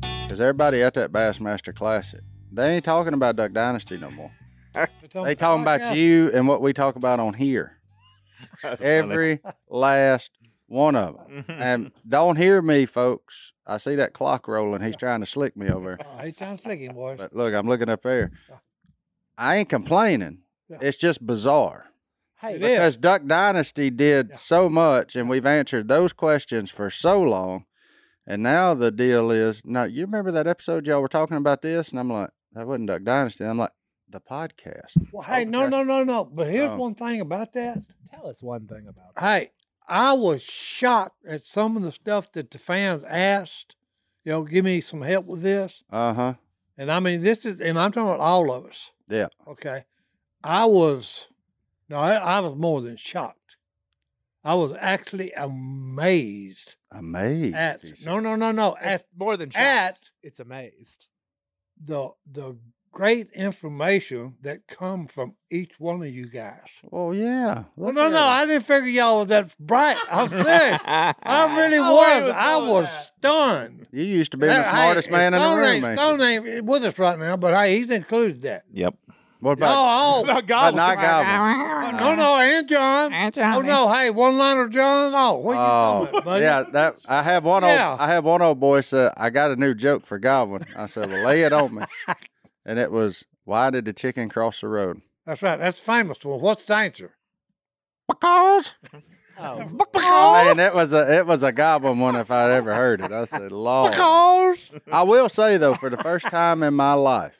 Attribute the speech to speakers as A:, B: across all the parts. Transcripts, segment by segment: A: Because everybody at that Bassmaster Classic, they ain't talking about Duck Dynasty no more. They talking about you and what we talk about on here.
B: That's
A: Every last one of them.
B: funny.
A: And don't hear me, folks. I see that clock rolling. He's trying to slick me over.
C: Oh, he's trying to slick him, boys.
A: But look, I'm looking up there. I ain't complaining.
C: Yeah.
A: It's just bizarre.
C: hey,
B: It
A: Because Duck Dynasty did
C: Yeah.
A: so much and we've answered those questions for so long. And now the deal is now you remember that episode y'all were talking about this? And I'm like, that wasn't Duck Dynasty. I'm like, the podcast.
C: well, hey, no,
A: okay.
C: no, no, no. But here's
A: So-
C: one thing about that.
D: Tell us one thing about that.
C: Hey, I was shocked at some of the stuff that the fans asked. You know, give me some help with this.
A: Uh huh.
C: And I mean, this is, and I'm talking about all of us.
A: Yeah.
C: Okay. I was, no, I, I was more than shocked. I was actually amazed
A: Amazed.
C: at,
A: he said.
C: no, no, no, no,
D: It's
C: at,
D: more than shocked.
C: at
D: it's amazed.
C: the, the great information that come from each one of you guys.
A: Well, Oh, yeah.
C: Well,
A: look
C: no,
A: at
C: no,
A: it.
C: I didn't figure y'all was that bright. I'm serious. I really
D: I know where
C: was.
D: he was
C: I
D: going with
C: was
D: that.
C: stunned.
A: You used to be the
C: That- hey,
A: smartest man in the
C: Stone
A: room.
C: ain't-
A: ain't you?
C: Stone ain't with us right now, but hey, he's included that.
B: Yep.
A: What
C: No,
A: about
C: all,
D: About
A: but
D: God,
A: not Goblin?
C: no, no, and John. Oh no, hey, one liner, John. Oh, what you talking
A: Oh,
C: about, buddy?
A: yeah. That I have one
C: Yeah.
A: old. I have one old boy said I got a new joke for Goblin. I said, well, lay it on me. And it was, why did the chicken cross the road?
C: That's right. That's a famous one. What's the answer?
A: Because.
D: Oh,
A: I mean, it was a it was a goblin one if I'd ever heard it. I said, Lord.
C: Because
A: I will say though, for the first time in my life,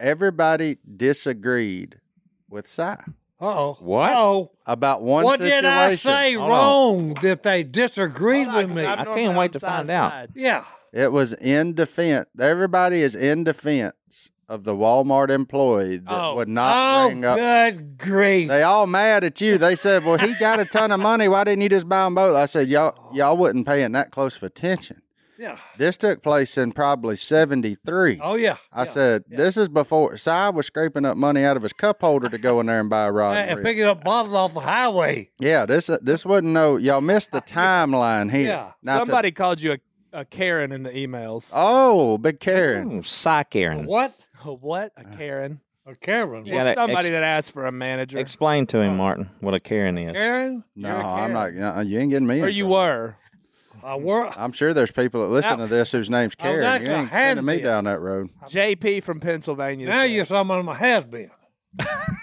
A: everybody disagreed with Cy
C: uh oh.
B: What?
C: Oh,
A: about one
C: what
A: situation.
C: did I say
B: Hold on.
C: wrong that they disagreed
D: Hold on, 'cause
C: with me?
D: I'm
B: I can't
D: normally
B: wait to
D: on
B: find
D: side
B: out.
D: side.
C: yeah.
A: It was in defense. Everybody is in defense of the Walmart employee that
D: Oh.
A: would not
C: Oh,
A: ring up.
C: good grief.
A: They all mad at you. They said, "Well, he got a ton of money. Why didn't you just buy them both?" I said,
C: Oh.
A: "Y'all, y'all wasn't paying that close of attention.
C: yeah.
A: This took place in probably '73."
C: Oh yeah.
A: I said, "This is before Si was scraping up money out of his cup holder to go in there and buy a rod."
C: Hey,
A: and
C: and
A: reel."
C: picking up bottles off the highway.
A: yeah, this this wasn't no. Y'all missed the timeline here.
C: Yeah.
A: Not to-
D: Somebody called you a, a Karen in the emails.
A: oh, big
C: Hmm,
A: Karen.
B: Mm, Psych Aaron.
C: What?
A: Oh.
D: A what?
A: Uh,
D: A Karen?
C: A Karen.
B: You gotta
D: Somebody
B: ex-
D: that asked for a manager.
B: Explain to him, Martin, what a Karen is.
C: Karen?
A: No,
C: You're a
A: I'm
C: Karen.
A: not. uh, You ain't getting me.
D: or
A: in
D: you
A: trouble.
D: were.
C: I wor-
A: I'm sure there's people that listen to
D: Now-
A: this whose name's
C: I was
A: Karen. You
C: actually
A: ain't sending me
C: handpicked.
A: down that road.
D: JP from Pennsylvania.
C: now
D: said-
C: you're someone my has been.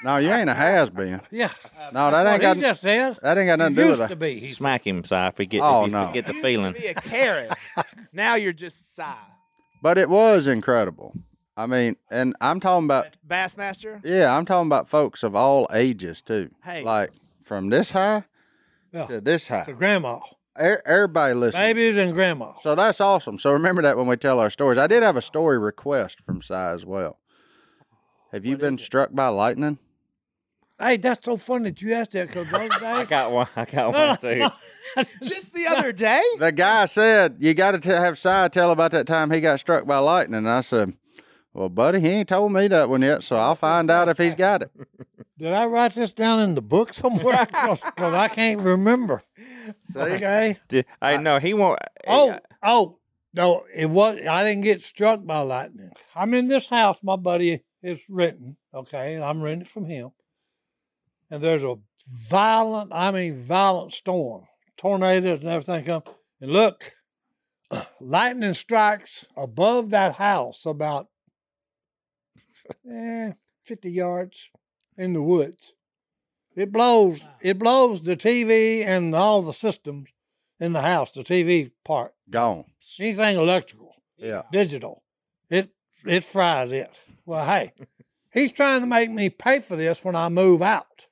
A: No, you ain't a has been.
C: Yeah.
A: No, that ain't
C: What
A: got
C: he just said.
A: that ain't got nothing to do
C: used
A: with
C: to
A: it.
C: be. He
B: Smack him, Si, if, he get,
A: Oh,
B: if you
A: no.
B: get the
D: You
B: feeling.
D: used to be a Karen. now you're just Psy.
A: But it was incredible. I mean, and I'm talking about
D: Bassmaster?
A: yeah, I'm talking about folks of all ages too.
D: Hey.
A: Like from this high
C: Yeah.
A: to this
C: the
A: high.
C: grandma.
A: Er- everybody listening.
C: Babies and grandma.
A: So that's awesome. So remember that when we tell our stories. I did have a story request from Si as well. Have you been struck by lightning?
C: Hey, that's so funny that you asked that because the other
B: I
C: day,
B: got one. I got one too.
D: Just the other day?
A: the guy said you got to have Si tell about that time he got struck by lightning. And I said, "Well, buddy, he ain't told me that one yet, so I'll find out if he's got it."
C: did I write this down in the book somewhere? Because I can't remember.
A: See,
C: Okay.
B: Did- I know he won't.
C: Oh, oh, no, it was. I didn't get struck by lightning. I'm in this house. My buddy is renting, okay, and I'm renting it from him. And there's a violent, I mean, violent storm, tornadoes and everything come. And look, lightning strikes above that house about eh, 50 yards in the woods. It blows, it blows the TV and all the systems in the house, the TV part,
A: gone.
C: anything electrical,
A: Yeah.
C: digital, it it fries it. Well, hey, he's trying to make me pay for this when I move out.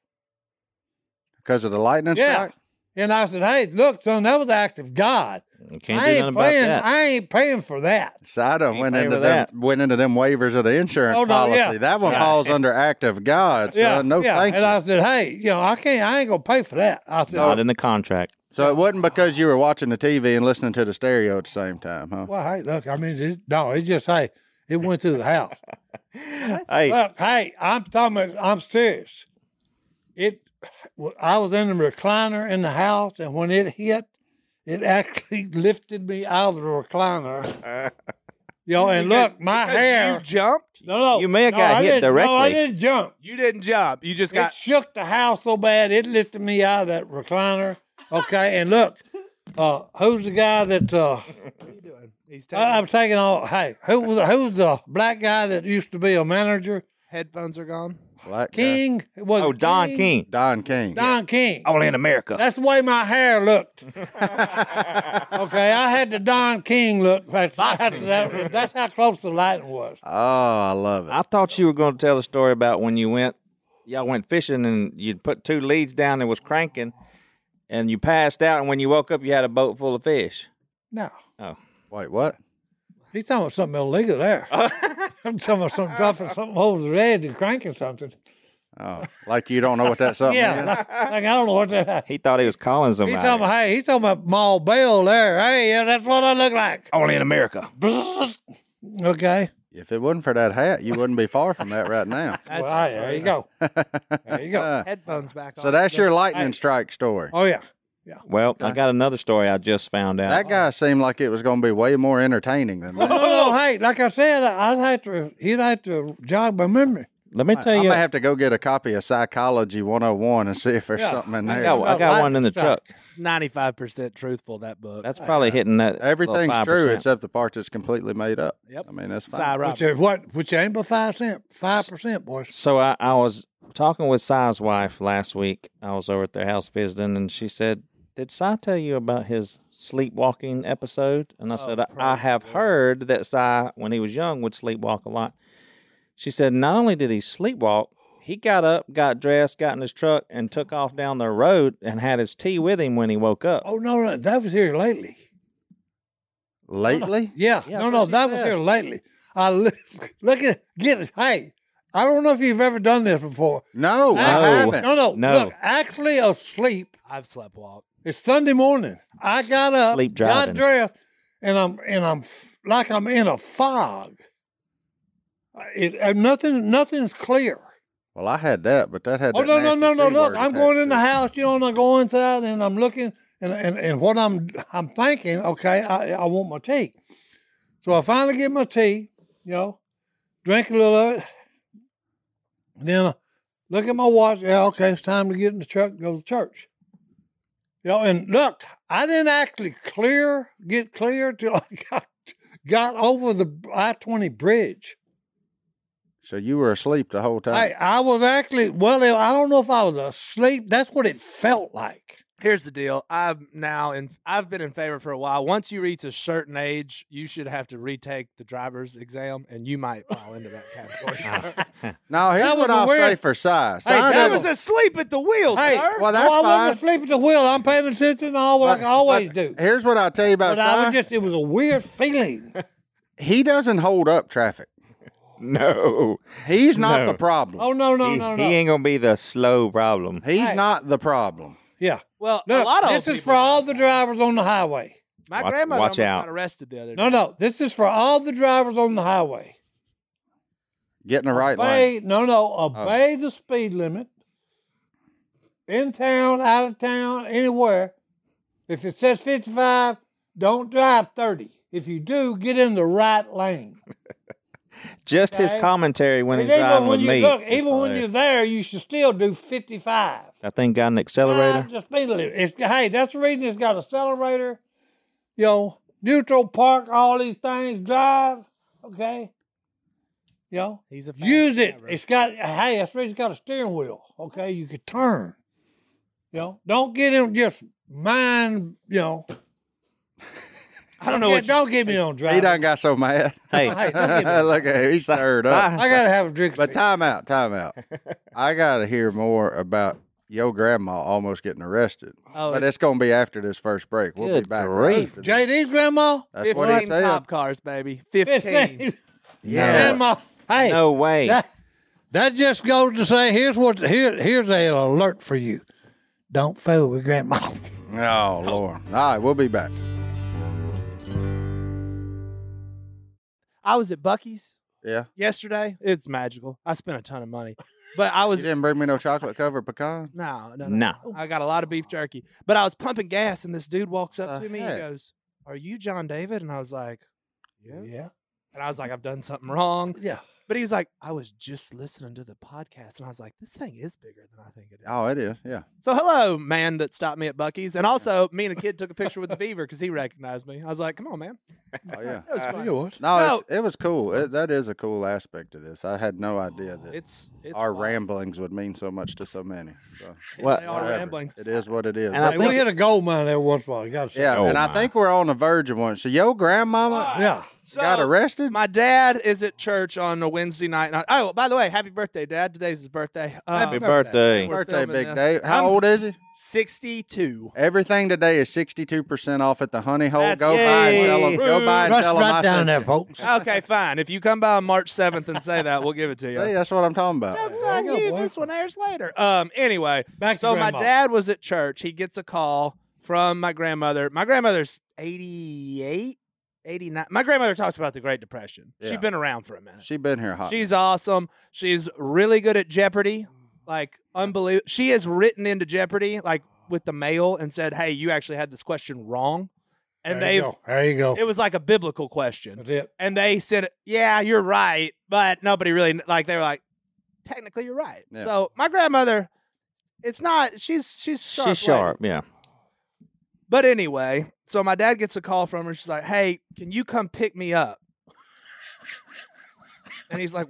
A: Because of the lightning
C: Yeah.
A: strike?
C: And I said, hey, look, son, that was the act of God.
B: You can't
C: I
B: do
C: ain't
B: nothing about
C: paying.
B: that.
C: I ain't paying for that.
A: So I done
B: Ain't
A: went
B: pay
A: into
B: for
A: them
B: that.
A: went into them waivers of the insurance
C: Oh, no,
A: policy.
C: yeah.
A: That one
B: Yeah.
A: falls under act of God. So no thank
C: and
A: you.
C: I said, hey, you know, I can't. I ain't gonna pay for that. I said,
B: Not in the contract.
A: So it wasn't because you were watching the TV and listening to the stereo at the same time, huh?
C: well, hey, look, I mean, it, no, it just hey, it went through the house.
B: Hey,
C: Look, hey, I'm talking. about- I'm serious. It w- I was in the recliner in the house, and when it hit, it actually lifted me out of the recliner. Yo, and
D: Because-
C: look, my
D: because
C: hair.
D: You jumped.
C: no, no,
B: You may have
C: no,
B: got
C: I
B: hit
C: didn't- No, I
B: directly.
C: didn't jump.
D: You didn't jump. You just
C: It
D: got.
C: shook the house so bad it lifted me out of that recliner. Okay, and look, uh, who's the guy that uh,
D: He's taking
C: I, I'm taking all? Hey, who was who's the black guy that used to be a manager?
D: headphones are gone.
A: Black guy.
C: King was it
B: Oh, Don King.
A: Don King.
C: Don King.
A: Oh.
B: All in America.
C: That's the way my hair looked. okay, I had the Don King look. That's, that's, that, that's how close the lighting was.
A: Oh, I love it.
B: I thought you were going to tell a story about when you went, y'all went fishing and you'd put two leads down and was cranking, and you passed out, and when you woke up, you had a boat full of fish.
C: No,
B: Oh,
A: Wait, what?
C: he's talking about something illegal there. I'm talking about something dropping something over the edge and cranking something.
A: Oh, like you don't know what that's up.
C: Yeah,
A: man?
C: like, like, I don't know what that.
B: he thought he was calling
C: He's
B: somebody.
C: talking about, hey, he's talking about Maul Bell there. Hey, yeah, that's what I look like.
B: Only in America.
A: Oh.
C: Okay.
A: If it wasn't for that hat, you wouldn't be far from that right now.
C: Well, hey, there you go. There you go.
A: Uh.
D: Headphones back on.
A: So that's your lightning
C: Hey.
A: strike story.
C: Oh yeah.
B: Well, I got another story I just found out.
A: That guy seemed like it was going to be way more entertaining than that.
C: No, no, hey, like I said, I- I'd have to. He'd have to jog my memory.
B: Let me
A: I
B: tell you,
A: might have to go get a copy of Psychology 101 and see if there's
C: Yeah.
A: something in
C: I
A: there.
B: I got, I got one in the truck.
D: ninety-five percent truthful. That book.
B: That's probably hitting that. little
A: Everything's
B: 5%.
A: true except the part that's completely made up.
D: Yep.
A: I mean, that's fine.
D: Cy
C: Which
D: Roberts.
C: is what? Which ain't but five cent, five percent, boys.
B: So I, I was talking with Cy's wife last week. I was over at their house visiting, and she said, "Did Cy tell you about his sleepwalking episode?" And I said, "I- "I have heard that Cy, when he was young, would sleepwalk a lot." She said, "Not only did he sleepwalk, he got up, got dressed, got in his truck, and took off down the road, and had his tea with him when he woke up."
C: Oh no, no, that was here lately.
A: Lately?
C: Yeah,
B: Yeah,
C: no,
B: that's
C: no,
B: what she
C: that was
B: said.
C: here lately. I look, look at get it. Hey, I don't know if you've ever done this before.
A: No, I
C: Actually-
A: haven't.
C: No, no,
B: No.
C: Look, actually asleep.
D: I've slept walk.
C: It's Sunday morning. I got up,
B: sleep
C: got
B: driving.
C: dressed, and I'm and I'm f- like I'm in a fog. It, uh, nothing, nothing's clear.
A: Well, I had that, but that had
C: Oh
A: that
C: no no
A: nasty
C: no no!
A: C
C: Look,
A: word
C: I'm
A: attached
C: going in
A: to
C: the
A: it.
C: house, you know, and I go inside and I'm looking and and, and what I'm I'm thinking, okay, I, I want my tea, so I finally get my tea, you know, drink a little of it, then I look at my watch. Yeah, okay, it's time to get in the truck and go to church. You know, and look, I didn't actually clear get clear till I got got over the I twenty bridge.
A: So you were asleep the whole time.
C: I, I was actually well. I don't know if I was asleep. That's what it felt like.
D: Here's the deal. I'm now in. I've been in favor for a while. Once you reach a certain age, you should have to retake the driver's exam, and you might fall into that category.
A: now, here's
C: that was
A: what
C: a
A: I'll say
C: weird-
A: for Cy. Cy
C: that
D: I
A: doesn't-
D: was asleep at the wheel,
C: Hey,
D: sir.
A: Well, that's
C: no, Oh,
A: fine.
C: I wasn't asleep at the wheel. I'm paying attention. All like I
A: but-
C: always
A: but
C: do.
A: Here's what I'll tell you about
C: But I
A: Cy.
C: was just. It was a weird feeling.
A: he doesn't hold up traffic.
B: no,
A: He's not
B: No.
A: the problem.
C: Oh no no
B: he,
C: no
B: he
C: no.
B: ain't gonna be the slow problem.
A: He's not the problem.
C: yeah.
D: Well,
C: Look,
D: a lot of
C: this
D: old
C: is
D: people-
C: for all the drivers on the highway.
D: My
B: Watch-
D: grandmother almost
B: watch out.
D: got arrested the other day.
C: No no. This is for all the drivers on the highway.
A: Getting the right lane.
C: Obey no no.
B: Oh.
C: Obey the speed limit. In town, out of town, anywhere. If it says 55, don't drive 30. If you do, get in the right lane.
B: Just his
C: Okay.
B: commentary when
C: And
B: he's
C: even
B: riding
C: when you
B: with me.
C: look,
B: is
C: even when
B: hilarious.
C: you're there, you should still do 55.
B: That thing got an accelerator.
C: Drive the speed limit. It's, hey, that's the reason it's got accelerator, you know, neutral park, all these things. Drive, okay. You know,
D: He's a fast
C: use it.
D: driver.
C: It's got hey, that's the reason it's got a steering wheel. Okay, you can turn. You know, don't get him just mind. You know,
D: I don't know
C: Yeah,
D: what.
C: don't get me on drive.
A: He done got so mad.
C: Hey,
B: Hey,
C: don't get me on-
A: Look at him. He's
B: Si-
A: stirred
B: Si-
A: up.
C: I gotta have a drink.
A: But time out, time out. I gotta hear more about your grandma almost getting arrested.
D: Oh,
A: but it's gonna be after this first break. We'll be
B: Good
A: back.
B: grief.
A: Right after this.
C: JD's grandma.
A: That's
D: Fifteen
A: what he said.
D: cop cars, baby. Fifteen.
A: Yeah.
C: Grandma. Hey.
B: no way.
C: That, that just goes to say, here's what here here's an alert for you. Don't fool with grandma.
A: Oh Lord. All right, we'll be back.
D: I was at Bucky's
A: Yeah.
D: yesterday. It's magical. I spent a ton of money. But I
A: You
D: was
A: didn't bring me no chocolate covered pecan.
D: no, no, no,
B: No.
D: I got a lot of beef jerky, but I was pumping gas, and this dude walks up
A: The
D: to me and
A: heck?
D: goes, "Are you John David?" And I was like, "Yeah."
C: Yeah.
D: And I was like, "I've done something wrong."
C: Yeah.
D: But he was like, "I was just listening to the podcast," and I was like, "This thing is bigger than I think it is."
A: Oh, it is. Yeah.
D: So hello, man that stopped me at Bucky's, and also me and a kid took a picture with the beaver because he recognized me. I was like, "Come on, man."
A: Oh, yeah.
D: It was fun.
C: yours.
A: No,
D: No.
A: It's, it was cool. It, that is a cool aspect to this. I had no idea that
D: It's it's
A: our
D: fun.
A: ramblings would mean so much to so many. So
B: Well,
D: They are
A: whatever.
D: ramblings.
A: It is what it is.
B: And I
C: Hey,
B: think-
C: we hit a gold mine every once in a while. You gotta say.
A: yeah,
B: Oh,
A: and I
B: my.
A: think we're on the verge of one. So your grandmama
C: Yeah.
D: So,
A: got arrested.
D: My dad is at church on a Wednesday night. and I- oh, by the way, happy birthday, Dad! Today's his birthday. Uh,
B: Happy birthday.
D: We're
A: birthday,
D: filming
A: big
D: this.
A: Dave. How
D: I'm-
A: old is he?
D: Sixty-two.
A: Everything today is sixty-two percent off at the Honey Hole.
D: That's-
A: go buy and tell
D: Yay.
A: them. Go buy and
C: Rush
A: tell them.
C: right
A: I
C: down
A: said
C: there,
A: you.
C: folks.
D: Okay, fine. If you come by on March seventh and say that, we'll give it to you.
A: See, that's what I'm talking about.
D: Jokes
C: There
D: on
C: you go,
D: you.
C: boy.
D: This one airs later. Um. Anyway,
C: Back to
D: so my
C: grandma.
D: dad was at church. He gets a call from my grandmother. My grandmother's 88, 89. My grandmother talks about the Great Depression.
A: Yeah.
D: She's been around for a minute.
A: She been here hot.
D: Uh, She's awesome. She's really good at Jeopardy. Like unbelievable. She has written into Jeopardy like with the mail and said, "Hey, you actually had this question wrong," and
C: there
D: they've.
C: you go. There you go.
D: It was like a biblical question
C: That's it.
D: and they said, "Yeah, you're right," but nobody really like. They were like, "Technically, you're right."
A: Yeah.
D: So my grandmother, it's not. She's she's sharp.
B: She's
D: lady.
B: sharp. Yeah.
D: But anyway, so my dad gets a call from her. She's like, "Hey, can you come pick me up?" and he's like,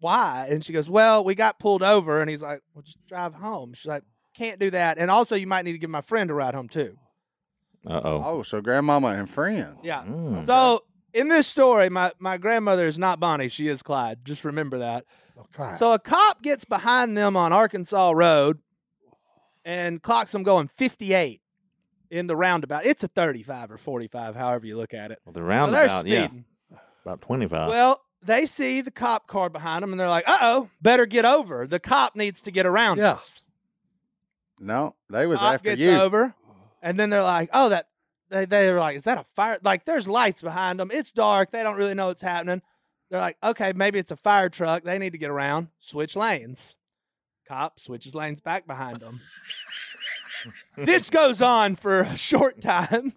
D: "Why?" And she goes, "Well, we got pulled over." And he's like, "Well, just drive home." She's like, "Can't do that." And also, you might need to give my friend a ride home too.
B: Uh oh.
A: oh, so grandmama and friend.
D: Yeah.
B: Hmm, Mm.
D: So. In this story, my, my grandmother is not Bonnie. She is Clyde. Just remember that.
C: Okay.
D: So a cop gets behind them on Arkansas Road and clocks them going 58 in the roundabout. It's a 35 or 45, however you look at it.
B: Well, the
D: So they're
B: roundabout. yeah.
D: speeding.
B: About twenty five.
D: Well, they see the cop car behind them and they're like, uh oh, better get over. The cop needs to get around
C: Yeah.
D: us.
A: No, they was
D: Cop
A: after
D: gets
A: you.
D: over, and then they're like, "Oh, that." They they were like, "Is that a fire?" Like, there's lights behind them. It's dark. They don't really know what's happening. They're like, "Okay, maybe it's a fire truck. They need to get around. Switch lanes." Cop switches lanes back behind them. this goes on for a short time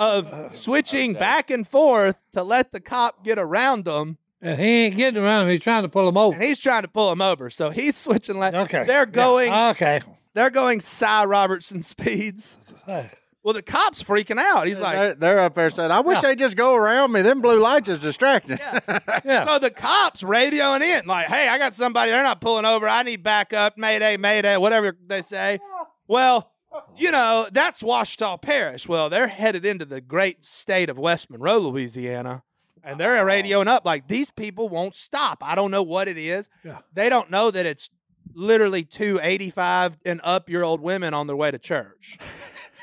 D: of switching back and forth to let the cop get around them,
C: and he ain't getting around him. He's trying to pull him over.
D: and he's trying to pull them over. So he's switching lanes.
C: Okay.
D: they're going.
C: Yeah. uh, Oh, Okay.
D: They're going Cy Robertson speeds.
C: Hey.
D: Well, the cop's freaking out. He's like,
A: they're, they're up there saying, "I wish they'd just go around me. Them blue lights is distracting."
C: Yeah.
D: so the cops radioing in, like, hey, I got somebody. They're not pulling over. I need backup. Mayday, mayday, whatever they say. Well, you know, that's Washita Parish. Well, they're headed into the great state of West Monroe, Louisiana. And
C: Oh.
D: they're radioing up like these people won't stop. I don't know what it is.
C: Yeah.
D: They don't know that it's literally two 85 and up year old women on their way to church.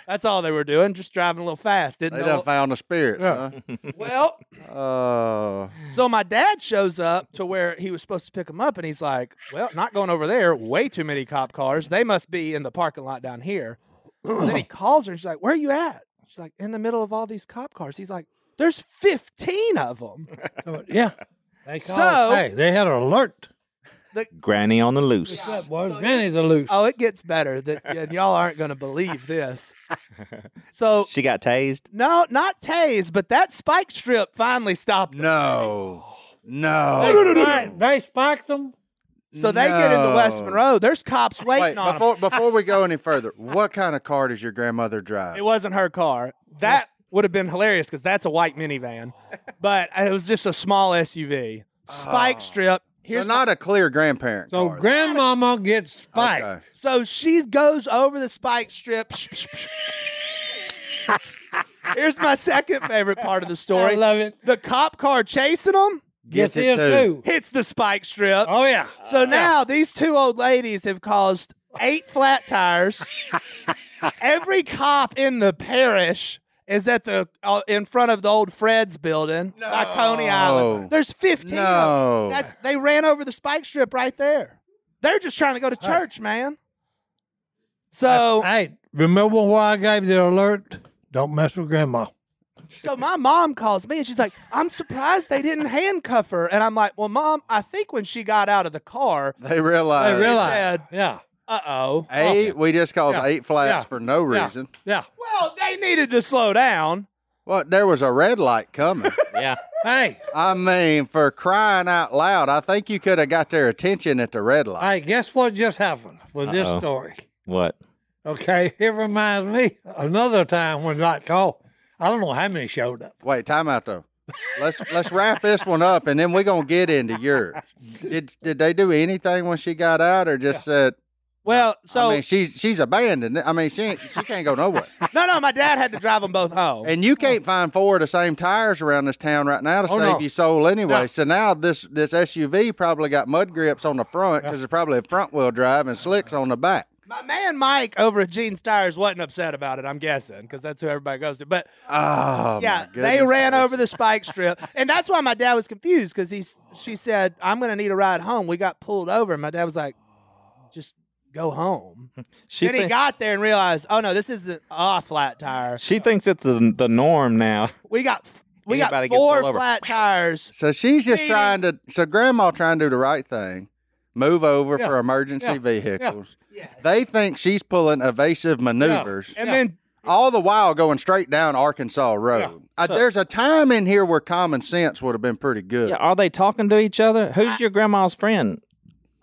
D: That's all they were doing, just driving a little fast. Didn't
A: They
D: know.
A: done found the spirits.
C: Yeah.
D: well,
A: Huh? Oh,
D: So my dad shows up to where he was supposed to pick him up, and he's like, "Well, not going over there. Way too many cop cars. They must be in the parking lot down here." And then he calls her, and she's like, "Where are you at?" She's like, "In the middle of all these cop cars." He's like, "There's 15 of them."
C: So, yeah. They
D: So-
C: called- hey, they had an alert.
B: Granny on the
C: That
B: loose.
C: boy, Granny's a loose.
D: Oh, it gets better. That and y'all aren't going to believe this. So
B: She got tased.
D: no, not tased, but that spike strip finally stopped. them.
A: no,
C: They,
A: no.
C: spiked- they spiked them.
D: So they get into West
A: No.
D: Monroe. There's cops waiting
A: Wait,
D: on 'em.
A: before before we go any further, what kind of car does your grandmother drive?
D: It wasn't her car. That would have been hilarious because that's a white minivan, but it was just a small SUV. Spike strip.
A: Oh. So
D: Here's my-
A: not a clear grandparent.
C: So
A: car,
C: grandmama gets
A: then.
C: spiked.
A: Okay.
D: so she goes over the spike strip. Psh, psh, psh. Here's my second favorite part of the
C: I
D: story.
C: love it.
D: The cop car chasing them
A: Gets
C: Gets
A: it
C: his
A: too.
C: too.
D: hits the spike strip.
C: Oh yeah.
D: So
A: Uh-huh.
D: now these two old ladies have caused eight flat tires. Every cop in the parish is at the uh, in front of the old Fred's building by Coney
A: No.
D: Island. There's 15.
A: No.
D: Of them. That's they ran over the spike strip right there. They're just trying to go to church, man. So
C: Hey, remember why I gave the alert? Don't mess with grandma.
D: So my mom calls me and she's like, I'm surprised they didn't handcuff her. And I'm like, Well, mom, I think when she got out of the car,
A: They realized.
C: They realize.
D: said-
C: yeah.
D: uh oh.
A: Eight. We just caused
C: Yeah.
A: eight flats
C: Yeah.
A: for no
C: Yeah.
A: reason.
C: Yeah.
D: Well, they needed to slow down.
A: Well, there was a red light coming.
B: Yeah.
C: Hey,
A: I mean, for crying out loud, I think you could have got their attention at the red light.
C: hey, guess what just happened with this
B: Uh-oh.
C: story?
B: What?
C: Okay, it reminds me another time when I called. I don't know how many showed up.
A: Wait, time out though. Let's let's wrap this one up, and then we're gonna get into yours. Did did they do anything when she got out, or just said?
D: Well, so
A: I mean, she's she's abandoned. I mean, she ain't, she can't go nowhere.
D: no, no, my dad had to drive them both home.
A: And you can't find four of the same tires around this town right now to
C: Oh,
A: save
C: no.
A: your soul anyway.
C: No.
A: So now this this SUV probably got mud grips on the front because it's probably a front wheel drive and slicks on the back.
D: My man Mike over at Gene's Tires wasn't upset about it, I'm guessing, because that's who everybody goes to. But
A: Oh,
D: yeah,
A: my
D: they
A: goodness.
D: ran over the spike strip, and that's why my dad was confused because he s- she said, "I'm gonna need a ride home." We got pulled over, and my dad was like, "Just go home."
B: She
D: then he
B: thi-
D: got there and realized, "Oh no, this isn't a flat tire.
B: She thinks it's the, the norm now.
D: We got f- we got
B: Anybody gets
D: four
B: pulled over.
D: flat tires."
A: So she's just
D: Speeding.
A: trying to. So grandma trying to do the right thing, move over
C: Yeah.
A: for emergency
C: Yeah.
A: vehicles. They think she's pulling evasive maneuvers,
D: And
C: Yeah.
D: then
A: all the while going straight down Arkansas Road.
C: Yeah.
A: Uh, there's a time in here where common sense would have been pretty good.
B: Yeah, are they talking to each other? Who's your grandma's friend?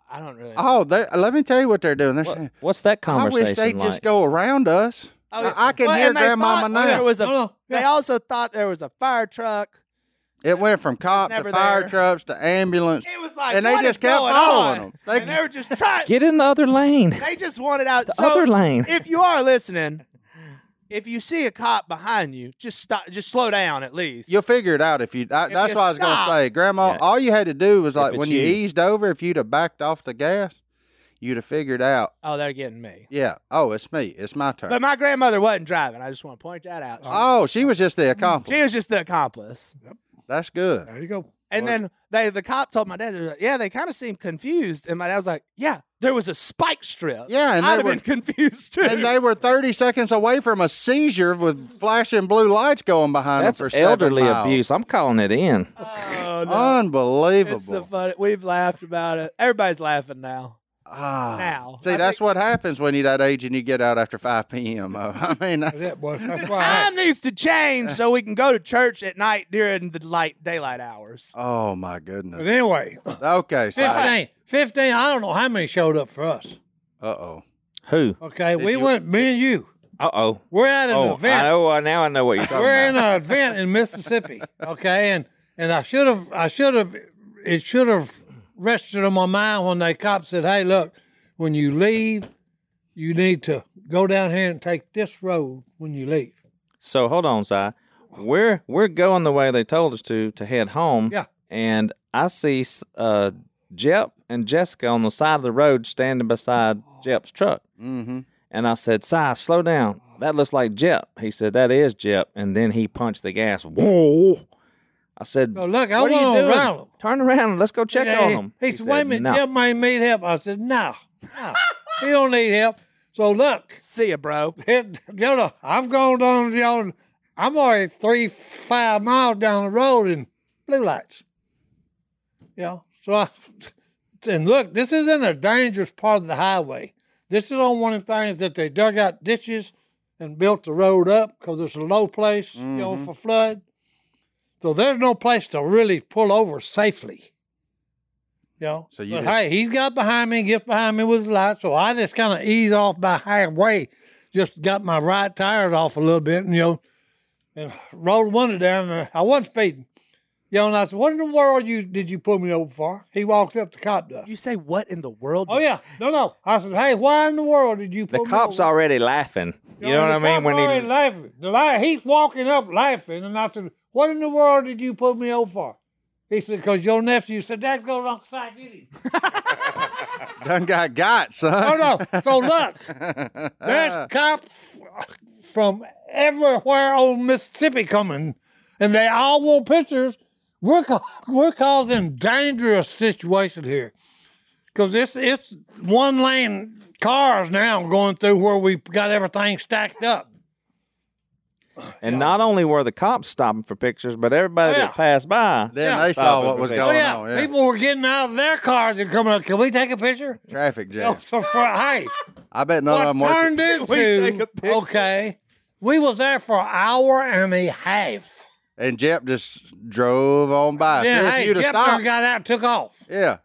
D: I don't really.
A: Oh, they- let me tell you what they're doing. They're saying,
B: What's that
A: I
B: conversation
A: wish they'd
B: like?
A: just go around us.
D: Oh,
A: I, I can
D: well,
A: hear
D: and they
A: Grandmama
D: thought There
A: now.
D: was a,
C: No, no,
D: They
C: yeah.
D: also thought there was a fire truck.
A: it went from cop to
D: never
A: fire
D: there.
A: trucks to ambulance.
D: It was like,
A: And they
D: what
A: just
D: is
A: kept
D: going
A: following
D: on?
A: them. They-
D: and they were just trying.
B: Get in the other lane.
D: they just wanted out. The
B: other lane.
D: If you are listening, if you see a cop behind you, just stop. Just slow down at least.
A: You'll figure it out if you. I, that's
D: you
A: what I was going to
D: stop.
A: say, Grandma.
B: Yeah.
A: All you had to do was like
B: it's
A: when you,
B: you.
A: eased over, if you'd have backed off the gas, you'd have figured out.
D: oh, they're getting me.
A: Yeah. Oh, it's me. It's my turn.
D: But my grandmother wasn't driving. I just want to point that out. She,
A: oh, she was just the accomplice.
D: she was just the accomplice.
A: That's good.
C: There you go.
D: And then they, the cop told my dad, they were like, yeah, they kind of seemed confused. And my dad was like, yeah, there was a spike strip.
A: Yeah, and they
D: I'd have
A: were-
D: been confused too.
A: And they were 30 seconds away from a seizure with flashing blue lights going behind
B: That's
A: them for
B: elderly
A: seven miles.
B: abuse. I'm calling it in.
D: oh, no.
A: Unbelievable.
D: It's so funny. We've laughed about it. Everybody's laughing now.
A: Ah,
D: now.
A: See,
D: I
A: that's
D: think-
A: what happens when you're that age and you get out after 5 p.m. Uh, I mean,
C: That's
A: that's,
C: it, boy. That's why.
D: Time needs to change so we can go to church at night during the light daylight hours.
A: oh my
C: But
A: goodness.
C: anyway,
A: Okay, so
C: 15, 15, I don't know how many showed up for us.
A: uh oh.
B: Who?
C: Okay, we
A: you-
C: went, me and you.
B: Uh oh.
C: We're at an
B: Oh, I
C: event.
B: know. I- Now I know what you're talking
C: We're in
B: about.
C: an event in Mississippi, okay, and and I should have, I should have, it should have rested on my mind when they cop said, "Hey, look, when you leave, you need to go down here and take this road when you leave."
B: so hold on, Si. We're we're going the way they told us to to head home.
C: Yeah.
B: And I see uh, Jep and Jessica on the side of the road standing beside Jep's truck.
A: Mm-hmm.
B: And I said, Si, slow down. That looks like Jep. He said, That is Jep. And then he punched the gas. Whoa. I said,
C: So look, I
B: what
C: went
B: are
C: on
B: you doing?
C: around him.
B: Turn around and let's go check on
C: Hey,
B: him.
C: He, said, "Wait a minute,
B: "No."
C: Jim may need help." I said, "No, no, he don't need help." So look,
D: See ya, bro.
C: it, you know, I'm going down, you know, I'm already three, five miles down the road in blue lights. You know, so I, and look, this is in a dangerous part of the highway. This is on one of the things that they dug out ditches and built the road up because it's a low place, you know,
A: Mm-hmm.
C: for flood. So there's no place to really pull over safely. You know,
A: So you
C: but
A: just-
C: hey, he's got behind me, gets behind me with his light, so I just kind of ease off by halfway, just got my right tires off a little bit, and you know, and rolled the window down. And I wasn't speeding. You know, and I said, "What in the world you did you pull me over for?" He walks up to cop does.
D: You say what in the world?
C: Oh yeah, no, no. I said, "Hey, why in the world did you
B: The
C: pull me
B: cop's
C: over?"
B: already laughing. You know what I
C: the
B: mean?
C: cop already
B: When he,
C: laughing. The la- he's walking up laughing, and I said, "What in the world did you pull me over for?" He said, "Cause your nephew said that goes on side duty."
A: Done got got, son.
C: Oh no! So look, there's cops from everywhere on Mississippi coming, and they all want pictures. We're ca- we're causing dangerous situation here, because it's it's one lane cars now going through where we got everything stacked up.
B: And not only were the cops stopping for pictures, but everybody
C: Yeah.
B: that passed by.
A: Then
C: Yeah.
A: they saw what was
B: Oh,
C: Oh
A: going
C: yeah.
A: on. Yeah.
C: people were getting out of their cars and coming up. Can we take a picture?
A: Traffic
C: Oh,
A: jam.
C: for, for, hey,
A: I bet none of them
C: what
A: working.
C: turned into
D: We take a picture.
C: okay, we was there for an hour and a half.
A: And Jep just drove on by.
C: Then,
A: See, if
C: hey,
A: you'd have
C: Jepner
A: stopped.
C: got out, and took off.
A: yeah.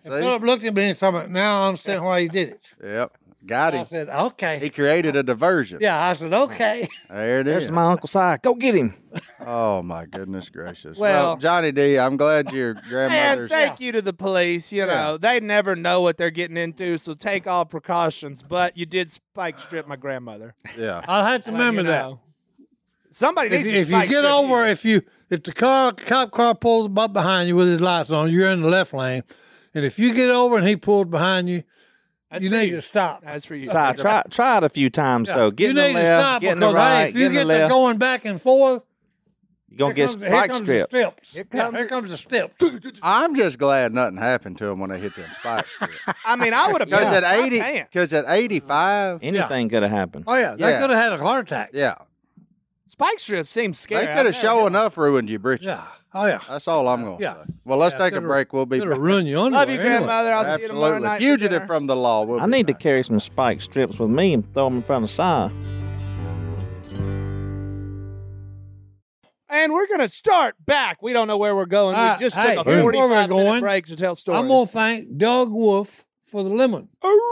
A: See?
C: Philip looked at me and said, "Now I understand why he did it."
A: Yep. Got
C: I
A: him.
C: said, "Okay."
A: He created a diversion.
C: yeah, I said, "Okay."
A: There it
B: There's
A: is.
B: my Uncle Si. Go get him.
A: Oh my goodness gracious.
D: Well-
A: Well, Johnny D, I'm glad your
D: And
A: grandmother's
D: thank you to the police. You know, they never know what they're getting into, so take all precautions. But you did spike strip my grandmother.
A: yeah.
C: I'll have to
D: Let you
C: remember that.
D: know. Somebody
C: If,
D: needs to
C: if you
D: spike
C: get
D: strip
C: over,
D: you.
C: if you if the car cop car pulls up behind you with his lights on, you're in the left lane, and if you get over and he pulls behind you,
D: That's
C: you
D: for
C: need
D: you.
C: to stop.
D: That's for you.
B: Si, try, try it a few times, though. Get
C: you
B: in the
C: need to stop
B: left, get in the
C: because
B: right,
C: hey, if
B: get
C: you
B: in the
C: get to
B: left.
C: going back and forth,
B: You're going to get
C: comes- here
B: spike
C: comes
B: strip.
C: the steps.
D: Here
C: Yeah,
D: comes-
C: here comes the step.
A: I'm just glad nothing happened to him when they hit them spikes. Because
D: I mean, I would have been
A: at eighty, because at eighty-five,
B: Anything could have happened.
C: Oh yeah, they
A: Yeah.
C: could have had a heart attack.
A: yeah,
D: Spike strip seems
A: they
D: scary.
A: could have sure enough ruined you, Bridget.
C: Yeah. Oh yeah.
A: That's all I'm gonna
C: Yeah.
A: say. Well, let's
C: Yeah,
A: take a
C: coulda-
A: break. We'll be
C: Could have
A: back.
C: ruined you
D: Love you,
C: anyway.
D: grandmother. I'll see you tomorrow
A: absolutely
D: night. for
A: fugitive
D: dinner.
A: from the law. We'll
B: I
A: be
B: need to
A: back.
B: carry some spike strips with me and throw them in front of Si.
D: And we're gonna start back. We don't know where we're going. We
C: Uh,
D: just
C: hey,
D: took a
C: here's where we're
D: forty-five minute
C: going.
D: break to tell stories.
C: I'm gonna thank Doug Wolf for the lemon.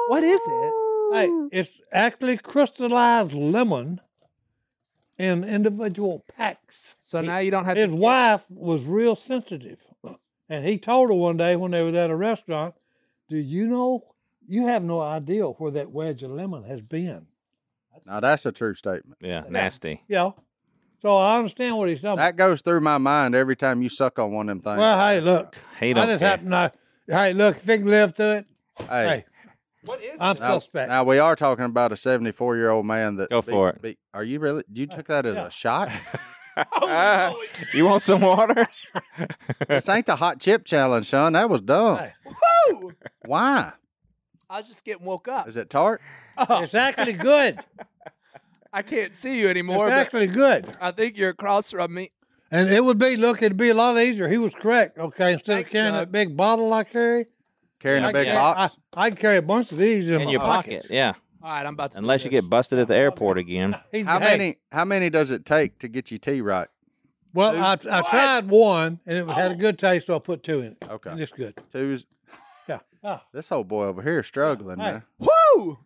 D: What is it?
C: Hey, it's actually crystallized lemon in individual packs.
D: So now you don't have
C: His
D: to.
C: wife was real sensitive. And he told her one day when they was at a restaurant, Do you know you have no idea where that wedge of lemon has been?
A: Now that's a true statement.
B: Yeah, nasty.
C: Yeah. So I understand what he's talking
A: That
C: about.
A: goes through my mind every time you suck on one of them things.
C: Well, hey, look.
B: He
C: I
B: don't
C: just
B: care.
C: happened to hey, look, if he can live through it,
A: hey,
C: hey,
D: What is
C: I'm
A: now,
C: suspect.
A: now we are talking about a seventy-four-year-old man that
B: Go
A: beat-
B: for it.
A: beat- are you really? You took that as
C: Uh, Yeah.
A: a shot?
B: you want some water?
A: this ain't the hot chip challenge, son. That was dumb.
C: Hey.
D: Woo!
A: Why?
D: I was just getting woke up.
A: Is it tart?
C: It's actually good.
D: I can't see you anymore.
C: It's
D: But
C: actually good.
D: I think you're across from me.
C: And it would be, look, it'd be a lot easier. He was correct, okay? Instead
D: Thanks,
C: of carrying
D: Doug.
C: that big bottle I carry,
A: Carrying
C: I
A: a big
C: carry-
A: box?
C: I, I'd carry a bunch of these in,
B: In
C: my
B: your pocket, yeah.
D: All right, I'm about to. do
B: Unless you
D: this.
B: get busted at the airport again.
C: He's-
A: how
C: hey,
A: many? How many does it take to get your tea right?
C: Well, I, I tried one and it had a good taste, so I put two in it.
A: Okay.
C: And it's good.
A: Two's.
C: Yeah. Ah,
A: This old boy over here is struggling,
C: Hey.
A: man.
D: Woo!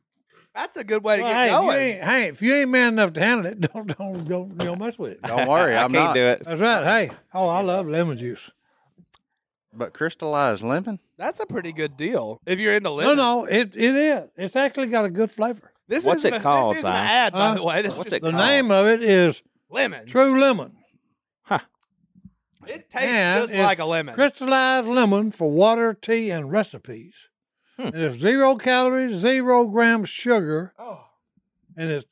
D: That's a good way to
C: Ah. well,
D: get
C: hey, if you
D: going.
C: ain't, hey, if you ain't man enough to handle it, don't don't don't, don't mess with it.
A: Don't worry,
B: I
A: I'm
B: can't
A: not.
B: do it.
C: That's right. Hey, oh, I love lemon juice.
A: But crystallized lemon.
D: That's a pretty good deal if you're into
C: No,
D: living.
C: no, it it is. It's actually got a good flavor.
D: This
B: What's
D: isn't
B: it
D: a-
B: called,
D: This isn't an
B: Si?
D: ad, by
C: Huh?
D: the way. This
B: What's
D: is
B: it
C: The
B: Oh.
C: name of it is
D: lemon.
C: True Lemon.
D: It tastes
C: and
D: just
C: it's
D: like a lemon.
C: Crystallized lemon for water, tea, and recipes.
D: Hmm.
C: And it's zero calories, zero grams sugar,
D: Oh.
C: and it's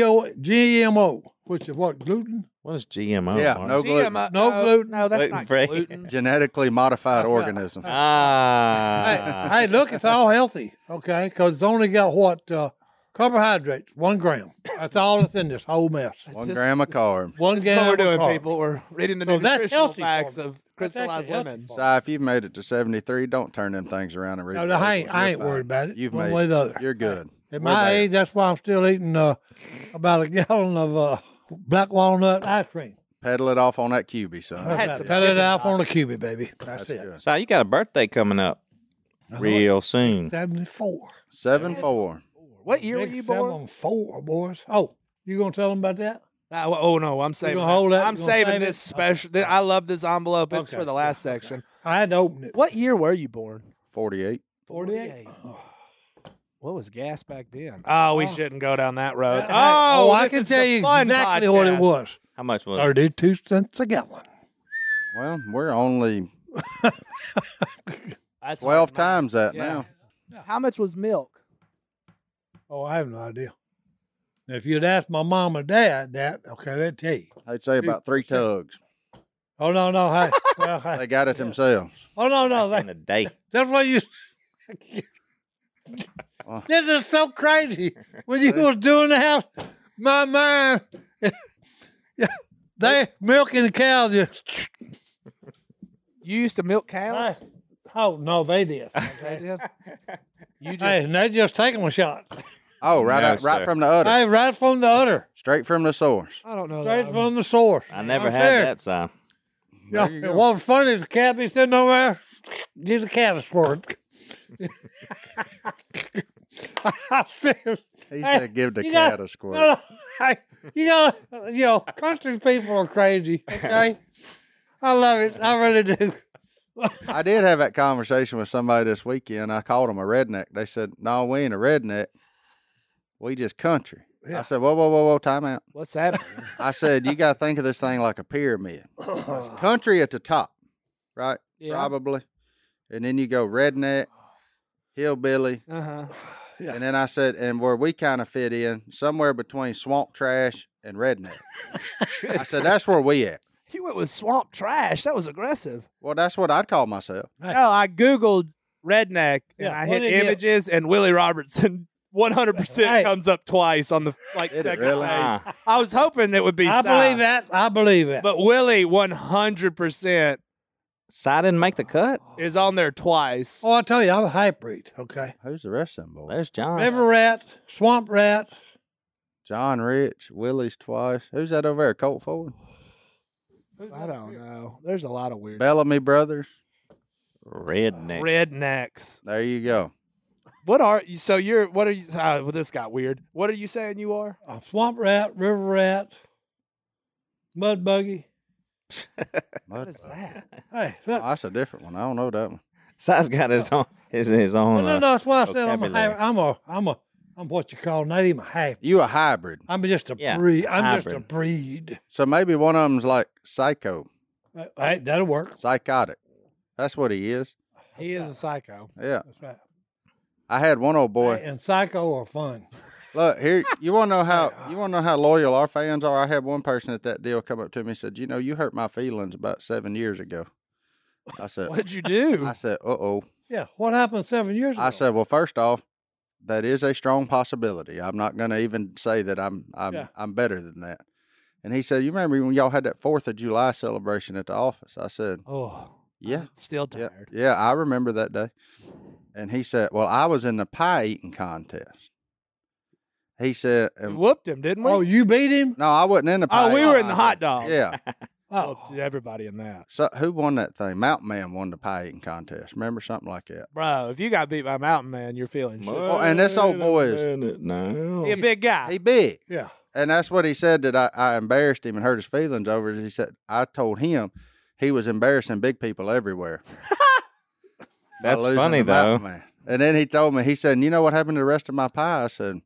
C: non-GMO, which is what gluten.
B: What is GMO?
A: Yeah,
B: Mark?
A: no gluten.
D: GMO
C: No gluten.
D: No, that's
B: Gluten
D: not
B: free.
D: gluten.
A: Genetically modified organism.
C: Uh,
B: Ah.
C: hey, hey, look, it's all healthy, okay? Because it's only got what uh, carbohydrates, one gram. That's all that's in this whole mess.
A: One
D: this-
A: gram of carb.
C: One
D: This is
C: gram.
D: what we're
C: of
D: doing,
C: carb.
D: people. We're reading the
C: So that's
D: nutritional
C: healthy for
D: facts
C: me.
D: of
C: That's actually
D: crystallized
C: healthy
D: lemon.
C: for me.
A: Si, if you've made it to 73, don't turn them things around and read.
C: No,
A: the
C: no, I
A: labels.
C: ain't-
A: You're
C: I ain't
A: fine.
C: worried about it,
A: You've
C: one
A: made
C: way or
A: it.
C: the other.
A: You're good.
C: At
A: We're
C: my
A: there.
C: age, that's why I'm still eating uh, about a gallon of uh, black walnut ice cream.
A: Pedal it off on that QB, son.
D: had
C: That's
D: some
C: it. Pellet
D: chicken
C: it off on the cubie, baby. That's, it.
A: good.
B: Si, you got a birthday coming up
D: Oh,
B: real soon.
C: 74.
A: Seven four.
D: What year were
C: Big
D: you born?
C: 74, boys. Oh, you going to tell them about that?
D: Nah, well, oh no, I'm saving.
C: gonna
D: that.
C: hold that?
D: I'm
C: You gonna
D: saving
C: save it?
D: this special. th- I love this envelope. It's
C: Okay.
D: for the last section.
C: I had to open it.
D: What year were you born?
A: 48.
C: 48.
D: What was gas back then? Oh, we shouldn't go down that road.
C: Hey,
D: Oh,
C: I
D: this
C: can
D: is the
C: tell you
D: fun
C: exactly what
D: podcast.
C: it was.
B: How much was it?
C: 32 cents a gallon.
A: Well, we're only
D: That's
A: 12
D: hard to
A: times that
D: Yeah.
A: now.
D: remember. How much was milk?
C: Oh, I have no idea. Now, if you'd asked my mom or dad that, okay, they'd tell you.
A: I'd say about three tugs.
C: Oh, no, no. Hey. well, hey.
A: They got it themselves.
C: Oh, no, no.
B: Back
C: They,
B: In a day.
C: That's why you. this is so crazy. When you was doing that, my mind They milking the cow just.
D: You used to milk cows?
C: Oh no, they did.
D: They did. You just
C: hey, and they just taking a shot.
A: Oh, right,
B: No,
A: out, right
B: sir.
A: from the udder,
C: Hey, right from the udder,
A: straight from the source.
D: I don't know.
C: straight
D: that.
C: from the source.
B: I never
C: I'm
B: had
C: serious.
B: that sign.
C: Yeah,
A: you
C: it
A: go.
C: wasn't funny. as The cat be sitting over there. Get the cat a squirt. I said,
A: He
C: Hey,
A: said, "Give the
C: you
A: cat
C: got-
A: a squirt."
C: no, no, hey, you know, you know, country people are crazy. Okay, I love it. I really do.
A: I did have that conversation with somebody this weekend. I called them a redneck. They said, "No, we ain't a redneck. We just country." I said, "Whoa, whoa, whoa, whoa, time out."
D: What's that?
A: I said, "You got to think of this thing like a pyramid. There's country at the top, right?
D: Yeah.
A: Probably, and then you go redneck, hillbilly,
D: Uh huh.
A: and then I said, and where we kind of fit in, somewhere between swamp trash and redneck." I said, "That's where we at."
D: He went with swamp trash. That was aggressive.
A: Well, that's what I'd call myself.
D: No, I googled redneck and
C: Yeah,
D: I hit
C: what did you-
D: images and Willie Robertson 100%
C: Hey.
D: comes up twice on the like
A: Did it
D: second
A: really?
D: page.
B: Ah,
D: I was hoping it would be.
C: I
D: Si,
C: believe that. I believe it.
D: But Willie 100%
B: Si didn't make the cut.
A: Oh.
D: is on there twice.
C: oh, I tell you, I'm a hybrid. Okay,
A: Who's the rest of them boys?
B: There's John.
C: river rat, swamp rat.
A: John Rich, Willie's twice. Who's that over there? Colt Ford,
D: I don't know. There's a lot of weird
A: Bellamy Brothers.
B: Redneck.
D: rednecks.
A: There you go.
D: What are you? So you're what are you? Uh, well, this got weird. What are you saying you are?
C: A swamp rat, river rat, mud buggy.
A: What
D: What is that?
C: Hey, look,
A: Oh, that's a different one. I don't know that one.
B: Si's got his own his his
C: no,
B: own.
C: no,
B: uh,
C: no, that's why I said I'm a,
B: vocabulary.
C: hybrid. I'm a, I'm a, I'm what you call not even a hybrid.
A: You a hybrid.
C: I'm just a
B: Yeah,
C: breed. I'm just a
B: hybrid.
C: breed.
A: So maybe one of them's like psycho,
C: Uh, hey, that'll work.
A: psychotic. That's what he is.
D: He is a psycho.
A: Yeah.
C: That's right.
A: I had one old
C: Hey,
A: boy.
C: and psycho are fun.
A: Look here. You want to know how you want to know how loyal our fans are. I had one person at that deal come up to me and said, "You know, you hurt my feelings about seven years ago." I said,
D: What'd you do?
A: Uh, "I said, uh oh."
C: Yeah. What happened seven years ago?
A: I said, well, first off, that is a strong possibility. I'm not going to even say that I'm I'm
C: Yeah.
A: I'm better than that. And he said, you remember when y'all had that Fourth of July celebration at the office? I said,
D: oh,
A: yeah,
D: still
A: yeah,
D: tired.
A: yeah, I remember that day. And he said, well, I was in the pie eating contest. He said,
D: We
A: and,
D: whooped him, didn't we?
C: Oh, you beat him?
A: no, Um, I wasn't in the. pie
D: Oh, we
A: eating
D: were in the
A: contest.
D: hot dog.
A: Yeah.
C: Oh,
D: Whooped everybody in that.
A: So who won that thing? Mountain Man won the pie eating contest. Remember something like that?
D: Bro, if you got beat by a mountain man, you're feeling shit.
A: Oh, and this old
B: Wait a
A: boy is-
B: minute now.
D: He a big guy.
A: He big.
C: yeah.
A: and that's what he said that I, I embarrassed him and hurt his feelings over. Is he said I told him he was embarrassing big people everywhere. by
B: That's
A: losing
B: funny,
A: to Mountain
B: though.
A: Man. And then he told me he said, "You know what happened to the rest of my pie?" I said,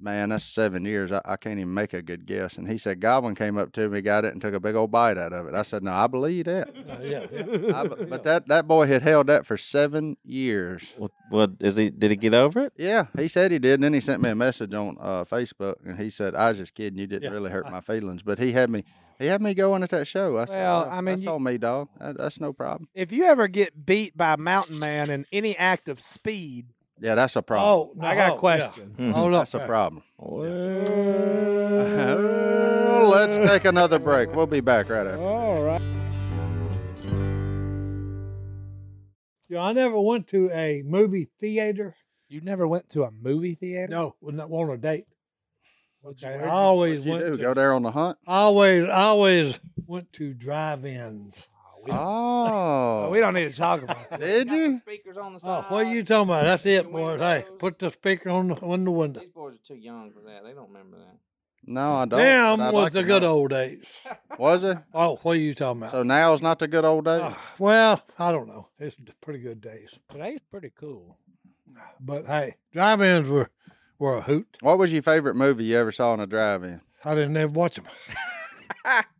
A: "Man, that's seven years. I, I can't even make a good guess." And he said, "Goblin came up to me, got it, and took a big old bite out of it." I said, "No, I believe that."
C: Uh, yeah, yeah.
A: I be- but that that boy had held that for seven years.
B: What, what is he? Did he get over it?
A: Yeah, he said he did. And then he sent me a message on uh, Facebook, and he said, "I was just kidding. You didn't
C: Yeah.
A: really hurt my feelings." But he had me, he had me going at that show. I said,
D: Well,
A: "Yeah,
D: I mean,
A: that's
D: you-
A: on me, dog. That, that's no problem.
D: If you ever get beat by a mountain man in any act of speed,
A: Yeah, that's a problem.
C: Oh, no,
D: I got
C: oh,
D: questions.
C: Yeah. Hold up.
A: that's a problem."
B: Well,
A: Let's take another break. We'll be back right after.
C: You know, I never went to a movie theater.
D: You never went to a movie theater?
C: No, was not on a date. Okay, I
D: where'd you-
A: What
C: always
A: you
C: went.
A: do?
C: to-
A: Go there on the hunt?
C: I always, I always went to drive-ins.
D: Oh,
A: Oh,
D: we don't need to talk about that.
A: did you?
B: Speakers on the
C: Oh, what are you talking about? That's it, boys. Hey, put the speaker on the, on the window.
B: boys are too young for that. They don't remember that.
A: No, I don't.
C: Damn,
A: but I'd
C: was
A: like
C: the
A: to
C: good
A: know.
C: old days.
A: Was it?
C: Oh, what are you talking about?
A: So now's not the good old days.
C: Uh, well, I don't know. It's pretty good days.
D: Today's pretty cool.
C: But hey, drive-ins were were a hoot.
A: What was your favorite movie you ever saw in a drive-in?
C: I didn't ever watch them.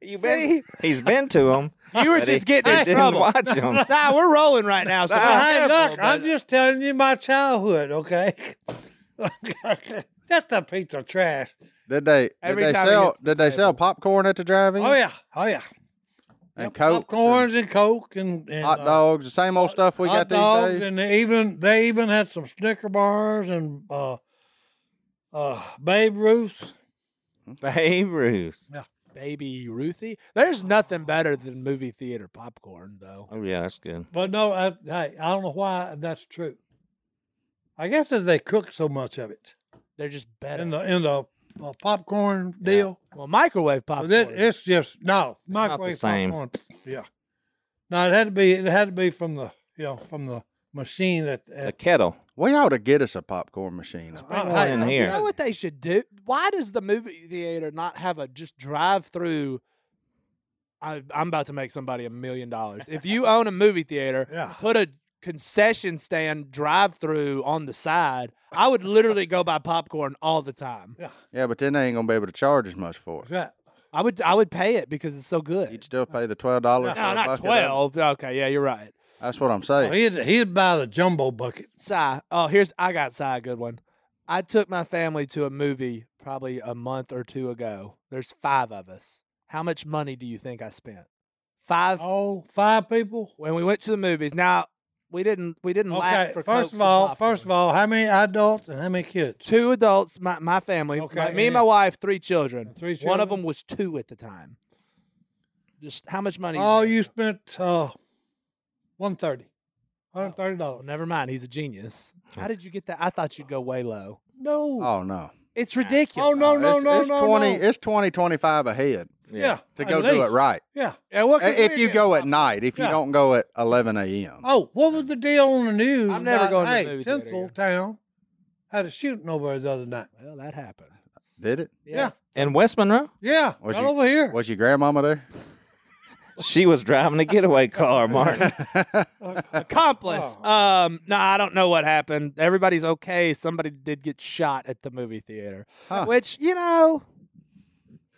B: You
D: See,
B: He's been to them.
D: you were just getting in
B: didn't
D: trouble.
B: watch them.
D: Ty, we're rolling right now. So be
C: hey,
D: careful,
C: look, I'm
D: but-
C: just telling you my childhood, okay? That's a piece of trash.
A: Did they
D: Every
A: did they
D: time he
A: sell
D: hits the
A: did they sell popcorn at the drive-in?
C: Oh yeah, oh yeah.
A: and Coke,
C: Popcorns and Coke and, and
A: hot
C: uh,
A: dogs, the same old stuff we
C: hot
A: got
C: dogs,
A: these days.
C: and they even they even had some Snicker bars and uh, uh, Babe Ruths.
B: Babe Ruth.
D: Baby Ruthie. There's nothing better than movie theater popcorn, though.
B: Oh yeah, that's good.
C: But no, I, hey, I don't know why that's true. I guess as they cook so much of it
D: They're just better.
C: in the in the uh, popcorn deal,
D: well, microwave popcorn.
C: but it, it's just no
B: not the
C: microwave
B: same.
C: popcorn. Yeah, no, it had to be it had to be from the you know from the machine at,
B: The
C: at
B: kettle.
A: We ought to get us a popcorn machine.
C: I-
B: one in
C: I-
B: here.
D: You know what they should do? Why does the movie theater not have a just drive through? I'm about to make somebody a million dollars. If you own a movie theater,
C: Yeah.
D: put a concession stand drive through on the side. I would literally go buy popcorn all the time.
A: Yeah, but then they ain't gonna be able to charge as much for it.
C: Right.
D: I would I would pay it because it's so good.
A: You'd still pay the twelve dollars.
D: No, not twelve. Okay, yeah, you're right.
A: That's what I'm saying.
C: Oh, He'd he'd buy the jumbo bucket.
D: Si. Oh, here's I got Si a good one. I took my family to a movie probably a month or two ago. There's five of us. How much money do you think I spent? Five
C: Oh, five people.
D: when we went to the movies. Now we didn't we didn't lack
C: Okay.
D: for
C: First
D: Cokes
C: of
D: and
C: all, first of
D: popcorn.
C: all, how many adults and how many kids?
D: two adults, my, my family,
C: Okay,
D: my- me
C: and
D: and my
C: then-
D: wife, three children.
C: And three
D: One of
C: children?
D: them was two at the time. Just how much money?
C: Oh, you spent uh, one thirty. One hundred thirty
D: Oh,
C: dollars.
D: never mind. He's a genius. How did you get that? I thought you'd go way low. No.
A: Oh no.
D: It's ridiculous.
C: Oh no no
A: it's,
C: no
A: it's
C: no
A: twenty.
C: no.
A: It's 20, 25 ahead
C: Yeah,
A: to
C: at
A: go do
C: least.
A: it right.
C: Yeah.
D: Yeah, well, 'cause
A: If
D: we're
A: you
D: getting
A: go at night, if you
C: Yeah.
A: don't go at eleven a.m.
C: Oh, what was the deal on the news?
D: I'm never
C: about,
D: going to the
C: hey,
D: movie theater again.
C: Tinseltown had a shooting over there the other night.
D: Well, that happened.
A: Did it?
C: Yes.
B: In West Monroe,
C: Yeah,
A: Was
C: right
A: you-
C: over here.
A: Was your grandmama there?
B: she was driving a getaway car, Martin.
D: Accomplice. Um, no, I don't know what happened. Everybody's okay. Somebody did get shot at the movie theater,
A: Huh.
D: which you know,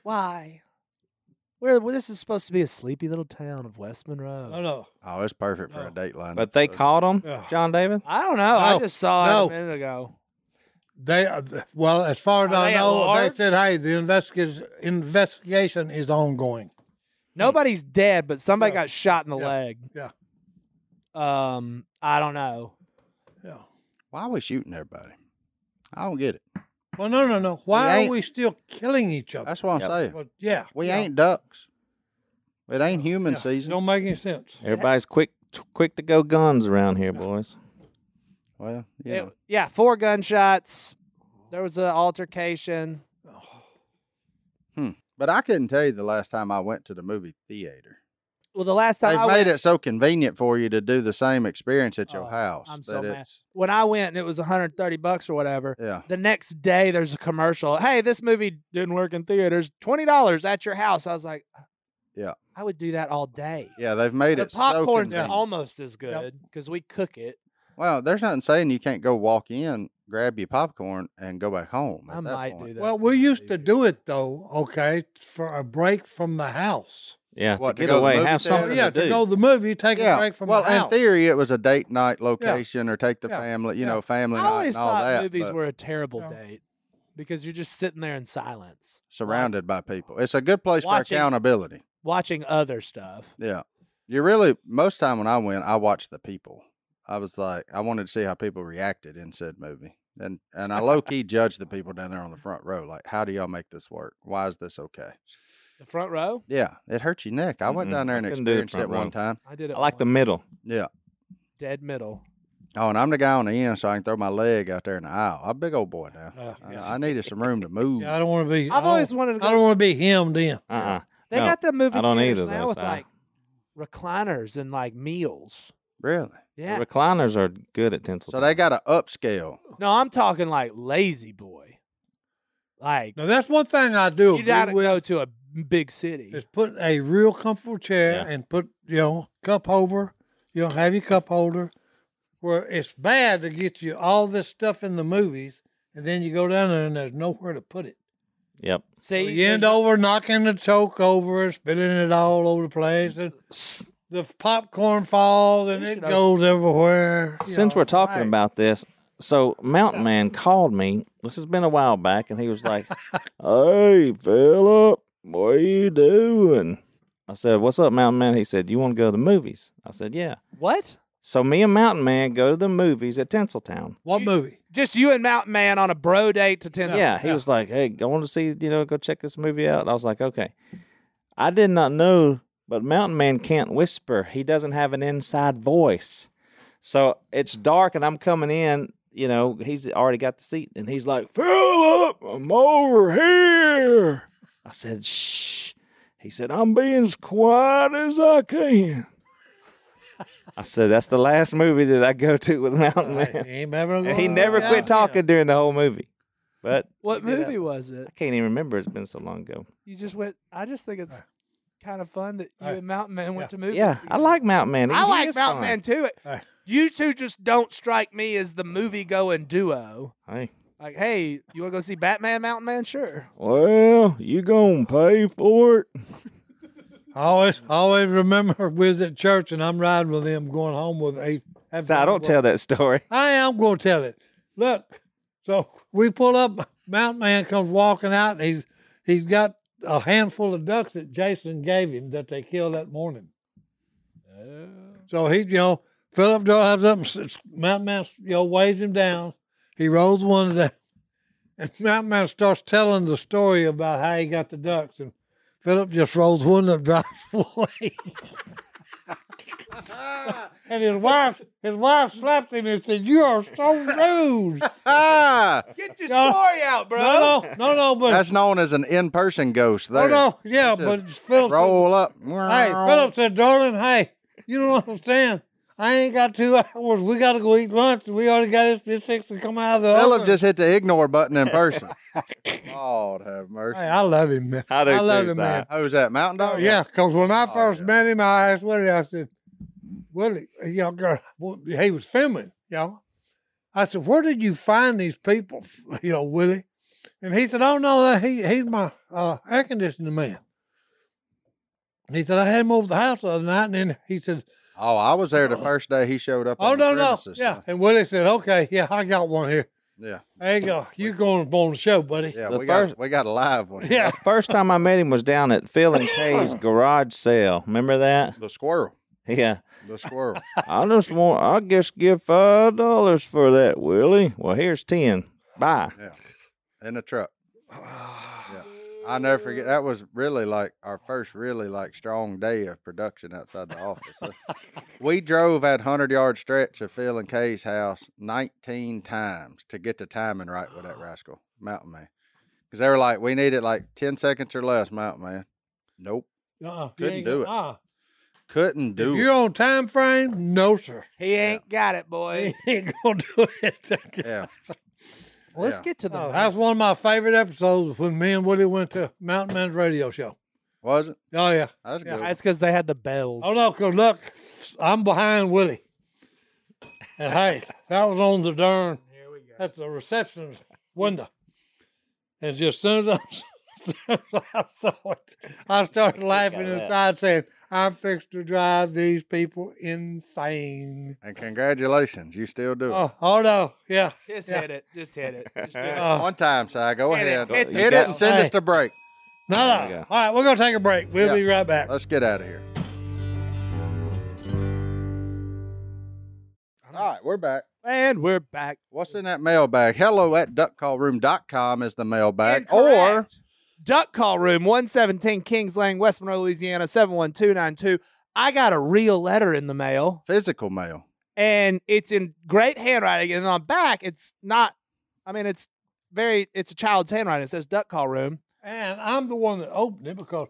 D: why? We're, well, this is supposed to be a sleepy little town of West Monroe.
C: Oh no,
A: Oh, it's perfect for a
C: No.
A: date line.
B: But they caught him,
C: Yeah.
B: John David.
D: I don't know. I
C: No,
D: just saw
C: no.
D: it a minute ago.
C: they uh, th- well, as far as
D: Are
C: I
D: they at
C: know, they
D: large?
C: said, "Hey, the investigation investigation is ongoing."
D: Nobody's dead, but somebody got shot in the leg.
C: Yeah.
D: Um, I don't know.
C: Yeah.
A: Why are we shooting everybody? I don't get it.
C: Well, no, no, no. Why
A: ain't-
C: are we still killing each other?
A: That's what I'm
B: Yep.
A: saying.
C: Well, yeah,
A: We
C: yeah,
A: ain't ducks. It ain't human
C: yeah.
A: season.
C: Don't make any sense.
B: Everybody's quick, t- quick to go guns around here, boys.
A: Well, yeah.
D: It- yeah, four gunshots. There was an altercation.
A: but I couldn't tell you the last time I went to the movie theater.
D: Well, the last time
A: They've
D: I
A: made
D: went,
A: it so convenient for you to do the same experience at your
D: Oh,
A: house.
D: I'm
A: that
D: so mad.
A: it's-
D: when I went, and it was 130 bucks or whatever.
A: Yeah.
D: The next day, there's a commercial. Hey, this movie didn't work in theaters. Twenty dollars at your house. I was like, "Uh,
A: Yeah.
D: I would do that all day.
A: Yeah, they've made
D: The
A: it so
D: popcorn's
A: convenient.
D: almost as good because we cook it.
A: Well, there's nothing saying you can't go walk in, grab your popcorn, and go back home. at
D: I
A: that
D: might
A: point.
D: do that.
C: Well,
D: for
C: we
D: the
C: used to
D: movie.
C: do it though. Okay, for a break from the house. Oh,
B: Yeah,
A: What, to
B: to get
A: go to the
B: away,
A: movie
B: have
A: theater?
B: something
C: yeah,
B: to do.
C: to go to the movie, take a break from
A: well,
C: the house.
A: in theory, it was a date night location or take the
C: Yeah.
A: family, you
C: Yeah.
A: know, family
D: I
A: night
D: always
A: and all
D: thought
A: that.
D: movies
A: but
D: were a terrible
C: Yeah.
D: date because you're just sitting there in silence,
A: surrounded by people. It's a good place for
D: Watching-
A: accountability.
D: watching other stuff.
A: Yeah, you really most time when I went, I watched the people. I was like, I wanted to see how people reacted in said movie, and and I low key judged the people down there on the front row. Like, how do y'all make this work? Why is this okay?
D: The front row.
A: Yeah, it hurt your neck. I went
B: Mm-mm,
A: down there
B: I
A: and
B: couldn't do the
A: experienced it
B: front
A: one
B: row.
A: time.
D: I did it.
B: I like the
D: once.
B: middle.
A: Yeah.
D: dead middle.
A: Oh, and I'm the guy on the end, so I can throw my leg out there in the aisle. I'm a big old boy now.
B: Oh,
C: Uh,
A: I- I needed some room to move.
C: yeah, I don't want to be.
D: I've
C: I
D: always
C: don't-
D: wanted to
C: I
D: go
C: don't want to be hemmed in.
B: Uh uh
D: They got the movie
B: I don't
D: theaters
B: either,
D: now
B: though,
D: with
B: so I-
D: like recliners and like meals.
A: Really?
D: Yeah.
B: recliners are good at Tinseltown.
A: So they got an upscale.
D: no, I'm talking like lazy boy. Like
C: Now that's one thing I do
D: you gotta
C: agree with
D: go to a big city.
C: is put a real comfortable chair
B: Yeah.
C: and put you know cup over. You know, have your cup holder. Where it's bad to get you all this stuff in the movies, and then you go down there and there's nowhere to put it.
B: Yep.
D: See,
C: You end
D: there's-
C: over knocking the choke over and spilling it all over the place, and the popcorn falls and
D: We
C: it
D: should have-
C: goes everywhere. you
B: Since
C: know,
B: we're talking
C: right.
B: about this, so Mountain Man called me. This has been a while back, and he was like, "Hey, Philip, what are you doing?" I said, "What's up, Mountain Man?" He said, "You want to go to the movies?" I said, "Yeah."
D: what?
B: So me and Mountain Man go to the movies at Tinseltown.
C: What
D: You-
C: movie?
D: Just you and Mountain Man on a bro date to Tennessee.
B: yeah, he
C: yeah.
B: was like, "Hey, I want to see you know, go check this movie out." I was like, "Okay." I did not know, but Mountain Man can't whisper. He doesn't have an inside voice, so it's dark, and I'm coming in. You know, he's already got the seat, and he's like, "Philip, I'm over here." I said, "Shh." He said, "I'm being as quiet as I can." I said, "That's the last movie that I go to with Mountain Man."
C: He ain't never
B: And he
C: gonna-
B: never
C: Yeah.
B: quit talking during the whole movie. But
D: What
B: he did
D: movie
B: have-
D: was it?
B: I can't even remember. It's been so long ago.
D: You just went. I just think it's kind of fun that you
C: Alright.
D: and Mountain Man
C: Yeah.
D: went to movies.
B: Yeah,
D: together.
B: I like Mountain Man. He-
D: I
B: he
D: like
B: is
D: Mountain Man
B: fun.
D: too.
C: Alright.
D: You two just don't strike me as the movie going duo.
B: Hey,
D: Like, hey, you want to go see Batman Mountain Man? Sure.
B: well, you gonna pay for it?
C: I always, I always remember we was at church and I'm riding with them going home with a.
B: So I don't tell that story.
C: I am going to tell it. Look, so we pull up. Mountain Man comes walking out, and he's he's got a handful of ducks that Jason gave him that they killed that morning. Oh. So he, you know, Philip drives up. And s- Mountain Man, you know, weighs him down. He rolls one of them, and Mountain Man starts telling the story about how he got the ducks, and Philip just rolls one up, drives away. And his wife, his wife slapped him and said, "You are so rude."
A: Ah,
D: Get your
C: No.
D: story out, bro.
C: No, no, no, no, but
A: that's known as an in-person ghost. There.
C: oh no, yeah,
A: That's
C: but
A: it.
C: Philip.
A: Roll up.
C: Said, hey, Philip said, "Darling, hey, you don't understand. I ain't got two hours. We got to go eat lunch. We already got this this six to come out of the
A: Philip
C: oven."
A: just hit the ignore button in person. Lord have mercy.
C: Hey, I love him, man.
B: I do
C: love
B: too,
C: him, man.
B: Si.
A: Who's that? Mountain Dog?
C: Oh, Yeah, because when I first
A: Oh, yeah.
C: met him, I asked Willie, I said, Willie, you know, girl, well, he was filming, you know. I said, where did you find these people, you know, Willie? And he said, oh, no, he, he's my uh, air conditioning man. He said, I had him over to the house the other night, and then he said,
A: Oh, I was there the first day he showed up.
C: oh,
A: on the
C: no, no.
A: premises.
C: Yeah. And Willie said, okay, yeah, I got one here.
A: Yeah.
C: There you go. You going up on the show, buddy.
A: Yeah.
B: The
A: We
B: first-
A: got we got a live one.
C: Yeah.
B: First time I met him was down at Phil and Kay's garage sale. Remember that?
A: The squirrel.
B: Yeah.
A: The squirrel.
B: I just want. I just give five dollars for that, Willie. Well, here's ten. Bye.
A: Yeah. In the truck. Yeah. I never forget. That was really like our first really like strong day of production outside the office. we drove that hundred yard stretch of Phil and Kay's house nineteen times to get the timing right with that rascal Mountain Man, because they were like, we need it like ten seconds or less, Mountain Man. Nope,
C: Uh-uh. You
A: Couldn't
C: ain't
A: do
C: gonna-
A: it.
C: Uh-uh.
A: couldn't do
C: If
A: it.
C: you're on time frame, no, sir.
D: He ain't got it, boys.
C: He ain't gonna do it.
A: Yeah,
D: Let's
A: Yeah.
D: get to the.
C: Oh, that's one of my favorite episodes when me and Willie went to Mountain Man's radio show.
A: was it?
C: Oh yeah.
A: That's
C: Yeah,
A: good.
D: That's because they had the bells.
C: Oh no, cause look, I'm behind Willie. And hey, that was on the darn. Here we go. At the reception window. And just soon as I, as soon as I saw it, I started laughing
B: that.
C: inside, saying, "I'm fixed to drive these people insane."
A: and congratulations, you still do it.
C: Oh, oh no, yeah.
D: Just
C: Yeah.
D: hit it. Just hit it. Just hit it.
C: Uh,
A: One time, Si, go
D: Hit it,
A: ahead.
D: hit
A: Hit,
D: the
A: it
B: bell.
A: and send us
C: Hey.
A: to break.
C: no,
B: There you
C: no.
B: go.
C: All right, we're gonna take a break. We'll
A: Yeah.
C: be right back.
A: Let's get out of here. All right, we're back.
D: and we're back.
A: What's in that mailbag? Hello at duckcallroom.com is the mailbag. Or
D: Incorrect. Duck Call Room, 117 Kings Lane, West Monroe, Louisiana, 71292. I got a real letter in the mail,
A: physical mail.
D: and it's in great handwriting. And on back, it's not, I mean, it's very, it's a child's handwriting. It says Duck Call Room.
C: And I'm the one that opened it because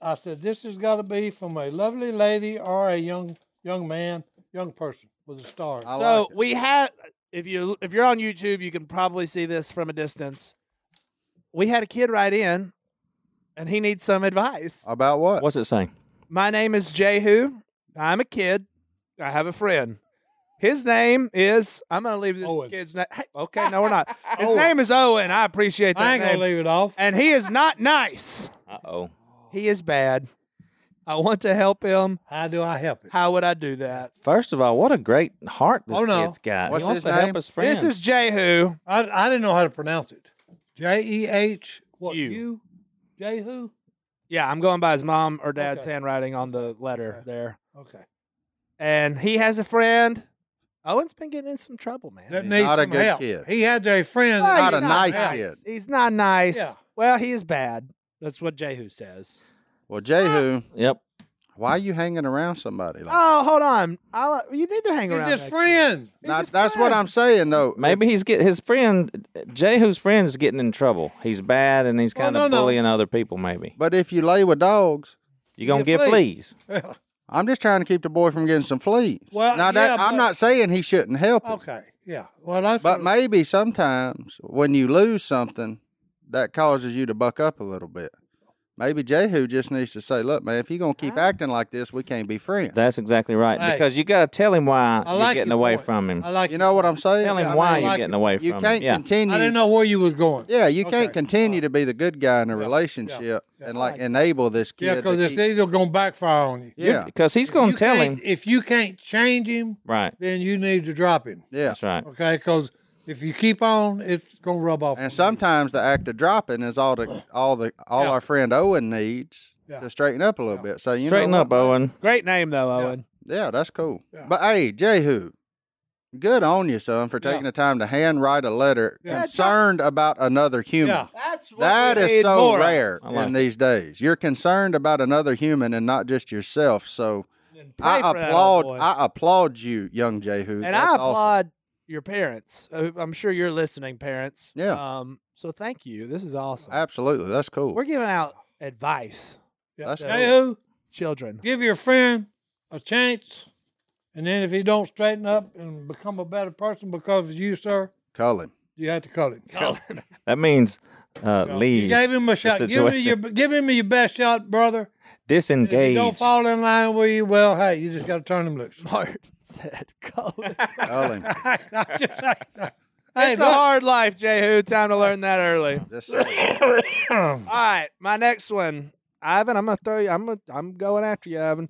C: I said this has got to be from a lovely lady or a young young man, young person with a star.
A: I
D: so
A: like it.
D: we had, if, you, if you're on YouTube, you can probably see this from a distance. We had a kid write in, and he needs some advice.
A: About what?
B: What's it saying?
D: My name is Jehu. I'm a kid. I have a friend. His name is. I'm gonna leave this
C: Owen.
D: kid's name. Hey, okay, no, we're not. His
C: Owen.
D: name is Owen. I appreciate
C: I
D: that
C: ain't gonna
D: name.
C: leave it off.
D: And he is not nice.
B: Uh oh.
D: He is bad. I want to help him.
C: How do I help it?
D: How would I do that?
B: First of all, what a great heart this
C: Oh, no.
B: kid's got.
A: What's
B: he wants
A: his
B: to
A: name?
B: help his friends.
D: This is Jehu.
C: I I didn't know how to pronounce it. J E H what
D: You.
C: you? J who?
D: Yeah, I'm going by his mom or dad's
C: Okay.
D: handwriting on the letter
C: Okay.
D: there.
C: Okay.
D: and he has a friend. Owen's been getting in some trouble, man.
C: That
A: He's
C: needs
A: not a
C: some
A: good
C: help.
A: kid.
C: He had a friend.
D: Well,
A: Not
D: he's
A: a nice kid.
D: He's not nice.
C: Yeah.
D: Well, he is bad. That's what Jehu says.
A: Well, Jehu,
B: Yep.
A: why are you hanging around somebody
C: Ah,
A: like
D: Oh, hold on. I'll, you need to hang
C: He's
D: around.
C: his
D: that
C: friend.
D: kid. He's
A: Now,
D: his
A: that's what
D: friend.
A: I'm saying though.
B: Maybe he's get his friend Jehu's friend is getting in trouble. He's bad and he's
C: Well,
B: kind
C: Oh, no,
B: of
C: no.
B: bullying other people. Maybe
A: But if you lay with dogs,
B: you gonna
C: Get
B: get
C: fleas.
B: fleas.
A: I'm just trying to keep the boy from getting some fleas.
C: Well,
A: now that
C: yeah,
A: I'm
C: but-
A: not saying he shouldn't help it,
C: Okay. Yeah. Well, that's
A: but
C: what-
A: maybe sometimes when you lose something, that causes you to buck up a little bit. Maybe Jehu just needs to say, "Look, man, if you're gonna
C: Ah.
A: keep acting like this, we can't be friends."
B: That's exactly right.
C: Hey.
B: Because you gotta tell him why
C: I
B: you're
C: like
B: getting
C: your
B: away
C: point.
B: from him.
C: I like
A: You know what I'm saying?
B: Tell
A: I
B: him
A: mean,
B: why
C: I
B: you're
C: like
B: getting
C: it.
B: away
A: You
B: from
A: can't
B: him. Yeah.
A: continue.
C: I didn't know where you was going.
A: Yeah, you
C: Okay.
A: can't continue to be the good guy in a relationship and like enable this kid.
C: Yeah, because
A: to
C: it's
A: keep-
C: either gonna backfire on you.
A: yeah,
B: Because he's gonna
C: You
B: tell
C: can't-
B: him.
C: if you can't change him,
B: Right.
C: then you need to drop him.
A: yeah.
B: That's right.
C: Okay, because if you keep on, it's gonna rub off. on
A: And
C: you.
A: sometimes the act of dropping is all the all the all
C: Yeah.
A: our friend Owen needs
C: Yeah.
A: to straighten up a little bit. So you
B: Straighten
A: know
B: up,
A: what?
B: Owen.
D: Great name though, Owen.
A: Yeah, that's cool.
C: Yeah.
A: But hey, Jehu, good on you, son, for taking the time to handwrite a letter
C: Yeah.
A: concerned about another human.
C: Yeah.
D: That's what
A: That
D: we
A: is
D: need
A: so
D: more of.
A: rare
B: I like
A: in
B: it.
A: these days. You're concerned about another human and not just yourself. So I
D: Pray for that
A: applaud.
D: old boy.
A: I applaud you, young Jehu.
D: and
A: That's
D: I
A: awesome.
D: applaud your parents. Uh, I'm sure you're listening, parents.
A: Yeah.
D: Um. So thank you. This is awesome.
A: Absolutely, that's cool.
D: We're giving out advice,
C: Yeah.
A: that's
C: Hey, who?
D: children.
C: give your friend a chance, and then if he don't straighten up and become a better person because of you, sir,
A: Call him.
C: you have to cut him.
B: That means uh,
C: You
B: leave.
C: gave him a shot. Give him your
B: situation.
C: give him your best shot, brother. And If you
B: Disengage.
C: don't fall in line with you, well, hey, you just got to turn him loose.
D: Martin said, "Colin."
A: Call him.
C: I just- hey,
D: it's a
C: look,
D: hard life, Jehu. Time to learn that early.
A: Just say it.
D: All right, my next one, Ivan. I'm gonna throw you. I'm gonna, I'm going after you, Ivan.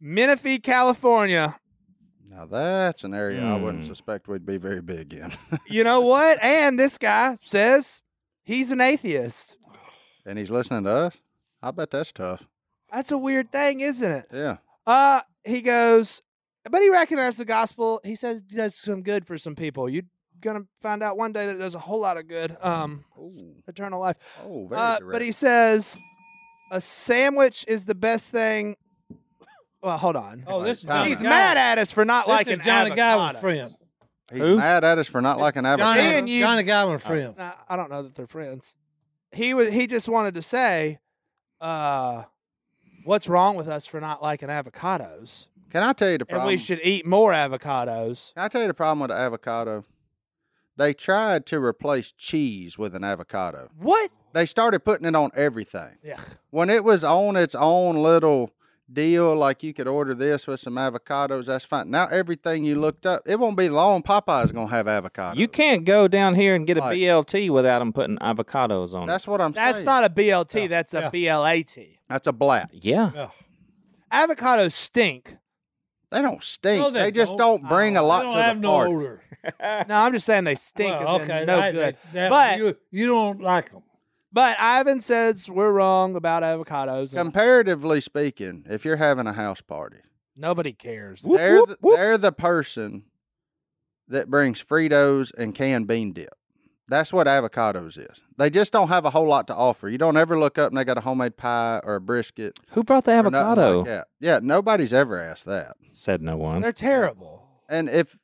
D: Menifee, California.
A: now that's an area I wouldn't
B: Hmm.
A: suspect we'd be very big in.
D: You know what? And this guy says he's an atheist.
A: and he's listening to us. I bet that's tough.
D: That's a weird thing, isn't it?
A: Yeah.
D: Uh, he goes, but he recognized the gospel. He says it does some good for some people. You're gonna find out one day that it does a whole lot of good. Um, it's
A: Ooh.
D: eternal life.
A: Oh, very
D: Uh,
A: direct.
D: but he says a sandwich is the best thing. Well, hold on.
C: oh, this is
A: Time
C: Johnny
D: He's
C: Guy.
D: mad at us for not
C: This
D: liking
C: is Johnny
D: avocado.
C: Godwin's friend.
A: he's
B: Who?
A: mad at us for not liking avocado.
C: Johnny,
D: And you-
C: Johnny Godwin's friend.
D: Nah, I don't know that they're friends. He was. He just wanted to say, uh, what's wrong with us for not liking avocados?
A: Can I tell you the
D: And
A: problem?
D: we should eat more avocados.
A: Can I tell you the problem with the avocado? They tried to replace cheese with an avocado.
D: What?
A: They started putting it on everything.
D: Yeah.
A: When it was on its own little deal, like you could order this with some avocados, that's fine. Now everything you looked up, it won't be long. Popeye's gonna have avocado.
B: you can't go down here and get a
A: Like-
B: BLT without him putting avocados on it.
A: That's what I'm
D: That's
A: saying.
D: not a BLT. That's
C: Yeah.
D: a BLAT.
A: That's a black.
B: Yeah.
C: Yeah.
D: Avocados stink.
A: They don't stink.
C: No,
A: they,
C: they
A: just
C: don't.
A: don't bring a
C: They
A: lot
C: don't
A: to
C: have
A: the
C: no
A: party.
C: odor.
D: No, I'm just saying they stink.
C: Well,
D: as in no
C: that-
D: good.
C: that- that-
D: but
C: you, you don't like them.
D: but Ivan says we're wrong about avocados. and
A: Comparatively speaking, if you're having a house party,
D: nobody cares.
B: Whoop,
A: they're
B: whoop,
A: the,
B: whoop.
A: they're the person that brings Fritos and canned bean dip. That's what avocados is. They just don't have a whole lot to offer. You don't ever look up and they got a homemade pie or a brisket.
B: Who brought the
A: or nothing like
B: avocado?
A: that. Yeah, nobody's ever asked that.
B: Said no one.
D: They're terrible.
A: And if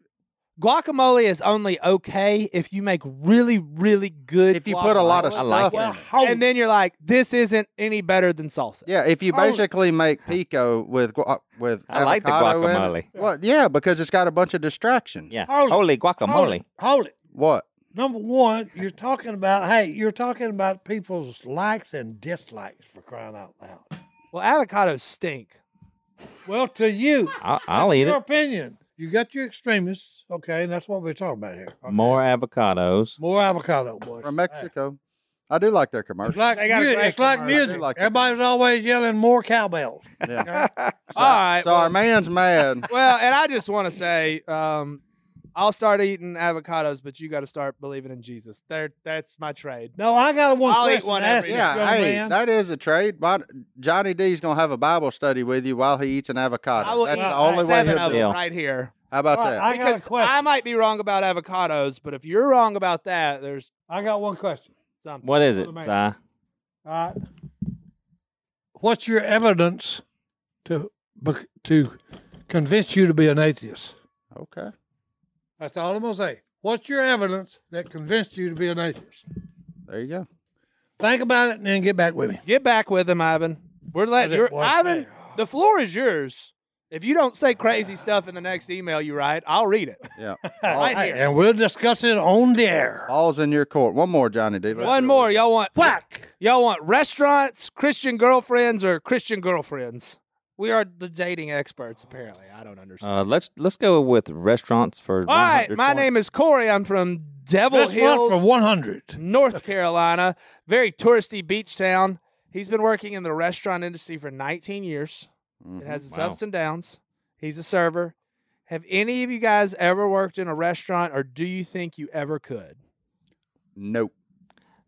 D: Guacamole is only okay if you make really, really good.
A: if you put a lot of
D: guacamole.
B: I
A: stuff
B: like
A: in
B: that.
A: it.
D: and then you're like, this isn't any better than salsa.
A: Yeah, if you
C: Oh.
A: basically make pico with guac with
B: I like the
A: avocado in it-
B: guacamole.
A: well, yeah, because it's got a bunch of distractions.
B: Yeah.
C: Holy-
B: Holy guacamole.
C: Hold, hold it.
A: What?
C: Number one, you're talking about hey, you're talking about people's likes and dislikes for crying out loud.
D: Well, avocados stink.
C: Well, to you,
B: I'll, I'll eat
C: your
B: it.
C: opinion. You got your extremists, okay, and that's what we're talking about here. okay?
B: More avocados.
C: More avocado boys
A: From
C: Hey.
A: Mexico. I do like their
C: It's
A: commercial.
C: like
D: They got a
C: mu-
D: great
C: it's like
D: commercial.
C: music.
A: Like the-
C: Everybody's always yelling more cowbells.
A: Yeah.
C: okay?
A: So,
D: All right,
A: So our man's mad.
D: Well, and I just want to say, um, I'll start eating avocados, but you got to start believing in Jesus. There, that's my trade.
C: No, I got one
D: I'll eat
C: question
D: one
C: to ask
D: every
C: this
D: day.
C: young
A: Yeah, hey,
C: man.
A: that is a trade. But Johnny D's gonna have a Bible study with you while he eats an avocado.
D: I will
A: That's
D: eat
A: the only way
D: seven
A: he'll
D: of
A: do. it.
D: them
B: Yeah.
D: right here
A: How about
C: All right,
A: that?
C: I got a
D: because
C: question.
D: I might be wrong about avocados, but if you're wrong about that, there's
C: I got one question.
D: something.
B: What is it,
C: Hold on a All
B: Si?
C: right. What's your evidence to bec- to convince you to be an atheist?
A: Okay.
C: That's all I'm gonna say. What's your evidence that convinced you to be an atheist?
A: There you go.
C: Think about it and then get back with me.
D: Get back with him, Ivan. We're letting
C: Let it
D: you
C: work
D: Ivan.
C: out.
D: The floor is yours. If you don't say crazy stuff in the next email you write, I'll read it.
A: Yeah.
D: Right
C: Oh, Hey,
D: here.
C: and we'll discuss it on the air.
A: All's in your court. One more, Johnny D. Let's do
D: One
A: it.
D: more, y'all want
C: Whack!
D: y'all want restaurants, Christian girlfriends, or Christian girlfriends? We are the dating experts, apparently. I don't understand.
B: Uh, let's let's go with restaurants for.
D: All right,
B: 100
D: my
B: Uh, points.
D: name is Corey. I'm from Devil
C: This one
D: Hills,
C: for 100.
D: North Carolina. Very touristy beach town. He's been working in the restaurant industry for 19 years. It has its
B: Wow.
D: ups and downs. He's a server. Have any of you guys ever worked in a restaurant, or do you think you ever could?
A: Nope.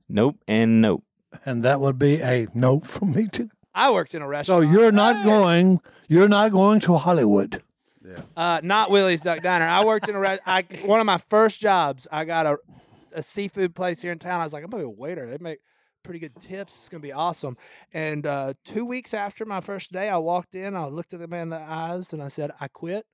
B: Nope and nope.
C: And that would be a note from me too.
D: I worked in a
C: So
D: restaurant.
C: you're not going you're not going to Hollywood.
D: Uh, not Willie's Duck Diner. I worked in a re- I one of my first jobs. I got a a seafood place here in town. I was like, I'm gonna be a waiter. They make pretty good tips. It's gonna be awesome. And uh, two weeks after my first day, I walked in. I looked at the man in the eyes and I said, I quit.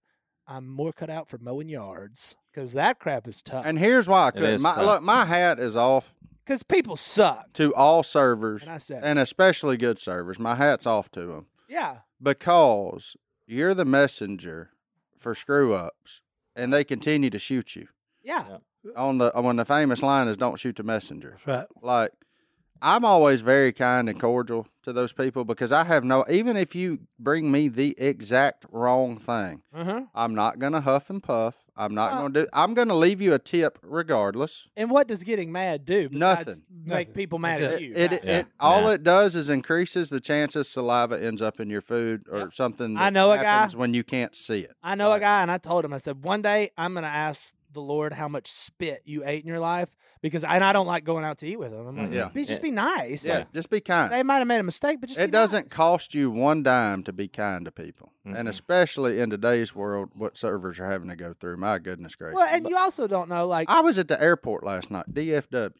D: I'm more cut out for mowing yards because that crap is tough.
A: And here's why I couldn't.
B: is
A: My,
B: tough.
A: look, my hat is off
D: Because people suck.
A: to all servers,
D: And I said,
A: and especially good servers. My hat's off to them
D: yeah.
A: because you're the messenger for screw ups, and they continue to shoot you.
D: Yeah.
A: On the when the famous line is "Don't shoot the messenger."
C: That's right.
A: Like I'm always very kind and cordial to those people because I have no. Even if you bring me the exact wrong thing,
D: Uh-huh.
A: I'm not gonna huff and puff. I'm not
D: Uh,
A: gonna do. I'm gonna leave you a tip regardless.
D: And what does getting mad do? besides
A: Nothing.
D: Make
C: Nothing.
D: people mad
C: That's
D: at
A: It,
D: you.
A: it,
D: right?
B: Yeah.
A: it all
B: Yeah.
A: it does is increases the chances saliva ends up in your food or something.
D: I
A: that
D: know a guy-
A: happens when you can't see it.
D: I know a guy, and I told him, I said, one day I'm going to ask the Lord how much spit you ate in your life because, and I don't like going out to eat with him. I'm like,
A: Mm-hmm. Yeah.
D: "Be- just be nice.
A: Yeah,
D: Like,
A: just be kind.
D: they might have made a mistake, but just be
A: it doesn't
D: nice."
A: cost you one dime to be kind to people, and
B: Mm-hmm.
A: especially in today's world, what servers are having to go through. My goodness gracious!
D: Well, and you also don't know, like,
A: I was at the airport last night. DFW,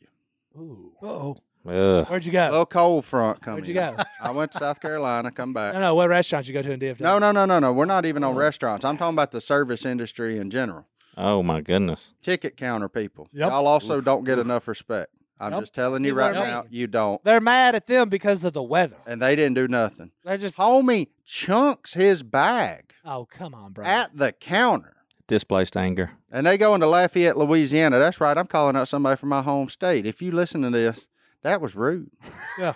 D: ooh,
C: Uh-oh.
B: Ugh.
D: where'd you go?
A: little cold front coming.
D: Where'd you
A: in.
D: go?
A: I went to South Carolina. Come back.
D: No, no, what restaurant you go to in DFW?
A: No, no, no, no, no. We're not even on restaurants. I'm talking about the service industry in general.
B: Oh my goodness.
A: Ticket counter people.
C: Yep.
A: Y'all also don't get enough respect. I'm
C: Yep.
A: just telling you
D: People
A: right
D: are
A: now,
D: mean.
A: you don't.
D: They're mad at them because of the weather.
A: And they didn't do nothing.
D: They're just,
A: Homie chunks his bag
D: oh, come on, bro.
A: at the counter.
B: Displaced anger.
A: And they go into Lafayette, Louisiana. That's right. I'm calling out somebody from my home state. If you listen to this, that was rude.
C: Yeah.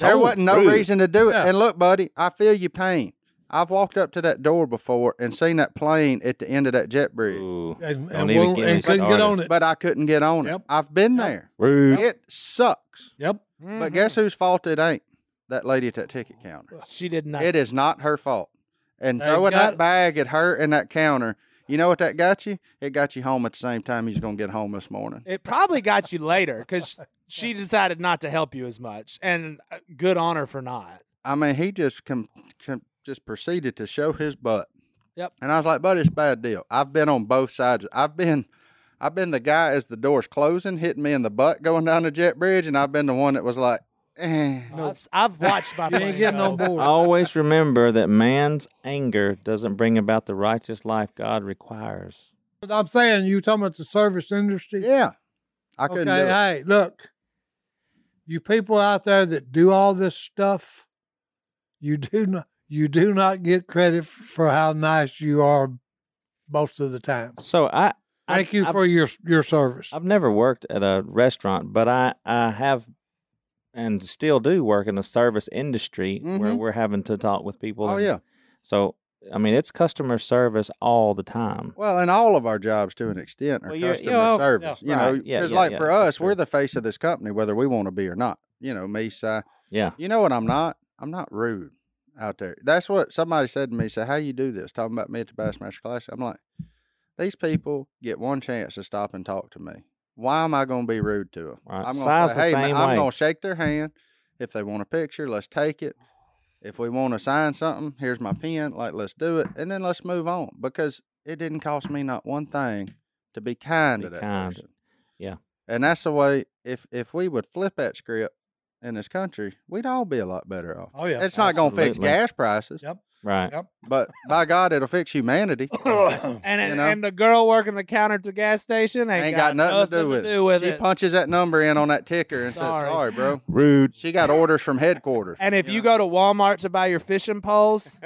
A: there wasn't no
B: rude.
A: reason to do it.
C: Yeah.
A: And look, buddy, I feel your pain. I've walked up to that door before and seen that plane at the end of that jet bridge.
B: Ooh.
C: And,
B: Don't
C: and,
B: even
C: won't-
B: get me
C: and couldn't get
B: started.
C: on it.
A: but I couldn't get on
C: Yep. Mm-hmm.
A: it. I've been there.
B: Rude.
A: It sucks.
C: Yep.
A: But guess whose fault it ain't? That lady at that ticket counter.
D: She did not.
A: It is not her fault. And
C: They
A: throwing
C: got-
A: that bag at her and that counter, you know what that got you? It got you home at the same time he's going to get home this morning.
D: It probably got you later because she decided not to help you as much, and uh, good on her for not.
A: I mean, he just com- com- just proceeded to show his butt.
D: Yep.
A: And I was like, "Buddy, it's a bad deal. I've been on both sides. I've been, I've been the guy as the door's closing, hitting me in the butt going down the jet bridge, and I've been the one that was like, eh.
D: I've, I've watched my
C: You ain't
D: plane
C: getting
D: go.
C: on board.
B: Always remember that man's anger doesn't bring about the righteous life God requires.
C: But I'm saying you talking about the service industry.
A: yeah, I
C: okay,
A: couldn't do it.
C: hey, look. You people out there that do all this stuff, you do not you do not get credit for how nice you are most of the time.
B: So I I-
C: Thank you
B: I-
C: for your your service.
B: I've never worked at a restaurant, but I, I have and still do work in the service industry where
A: Mhm.
B: we're having to talk with people.
A: Oh
B: and-
A: yeah.
B: So, I mean, it's customer service all the time.
A: Well, and all of our jobs to an extent are
B: Well, you're-
A: customer
B: yeah, oh,
A: service.
B: yeah,
A: you know,
B: right. Yeah,
A: because
B: yeah,
A: like
B: yeah,
A: for
B: that's
A: us,
B: true.
A: we're the face of this company, whether we want to be or not. You know, me, Si.
B: Yeah.
A: You know what I'm not? I'm not rude out there. That's what somebody said to me. Said, "How you do this?" Talking about me at the Bassmaster Classic. I'm like, These people get one chance to stop and talk to me. Why am I going to be rude to them?
B: Right.
A: I'm going
B: Size
A: to
B: the
A: say, hey, man,
B: same way."
A: I'm going to shake their hand. If they want a picture, let's take it. If we want to sign something, here's my pen. Like, let's do it. And then let's move on because it didn't cost me not one thing to be kind
B: Be
A: to that
B: kind.
A: person.
B: Yeah.
A: And that's the way, if, if we would flip that script in this country, we'd all be a lot better off.
C: Oh, yeah.
A: It's not going to fix
B: Absolutely.
A: gas prices,
C: Yep.
B: Right.
C: Yep.
A: but by God, it'll fix humanity.
D: And
A: You
D: and-
A: know?
D: and the girl working the counter at the gas station ain't,
A: ain't, got, nothing to do with, it. she
D: it.
A: punches that number in on that ticker and
D: Sorry.
A: says, "Sorry, bro."
B: Rude.
A: She got orders from headquarters.
D: And if you go to Walmart to buy your fishing poles,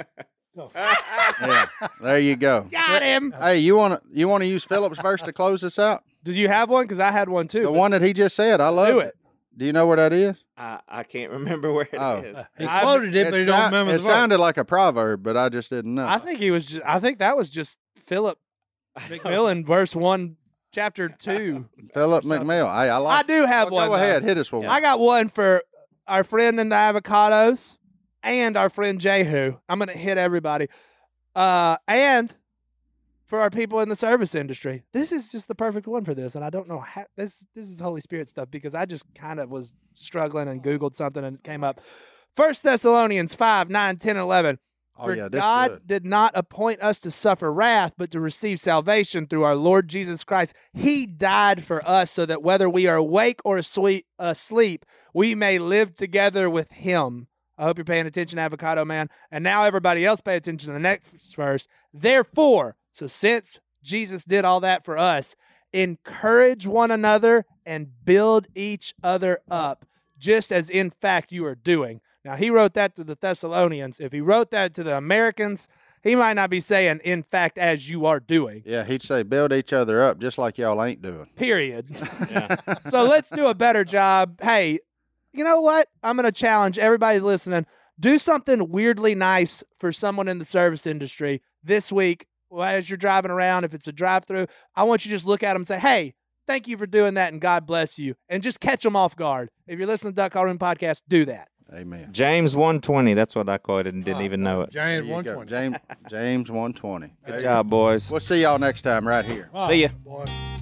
A: yeah, there you go.
D: got him.
A: Hey, you want to you want to use Phillips verse to close this out?
D: Do you have one? Because I had one too.
A: The
D: but
A: one that he just said, I love
D: Do
A: it. Do you know where that is?
B: I, I can't remember where it is.
A: Oh.
C: He
D: I've-
C: quoted it, but he don't
A: sou-
C: remember
A: it
C: the verse.
A: sounded like a proverb, but I just didn't know.
D: I think he was. Just, I think that was just Philip
A: Oh.
D: McMillan, verse one, chapter two.
A: Philip McMill. Hey, I
D: I
A: like.
D: do have
A: Oh,
D: one.
A: go
D: though.
A: ahead, hit us with
D: I
A: one.
D: got one for our friend in the avocados and our friend Jehu. I'm gonna hit everybody. Uh, and for our people in the service industry, this is just the perfect one for this. And I don't know how this this is Holy Spirit stuff because I just kind of was struggling and Googled something and it came up. First Thessalonians 5, 9, 10, 11.
A: Oh,
D: For
A: yeah, this
D: God
A: good.
D: did not appoint us to suffer wrath, but to receive salvation through our Lord Jesus Christ. He died for us so that whether we are awake or asleep, asleep we may live together with Him. I hope you're paying attention, Avocado Man. And now everybody else pay attention to the next verse. Therefore, so since Jesus did all that for us, encourage one another and build each other up, just as in fact you are doing. Now, he wrote that to the Thessalonians. If he wrote that to the Americans, he might not be saying, in fact, as you are doing,
A: yeah, he'd say build each other up just like y'all ain't doing.
D: period. so let's do a better job. Hey, you know what? I'm going to challenge everybody listening. Do something weirdly nice for someone in the service industry this week. Well, as you're driving around, if it's a drive through, I want you to just look at them and say, hey, thank you for doing that and God bless you. And just catch them off guard. If you're listening to Duck Call Room Podcast, do that.
A: Amen.
B: James 120. That's what I quoted and
A: Oh,
B: didn't even know it.
A: There
C: Giant
A: you go.
C: 120.
A: James James one twenty.
B: Good job, boys.
A: We'll see y'all next time right here.
C: All
B: See ya.
C: right, Oh, boy.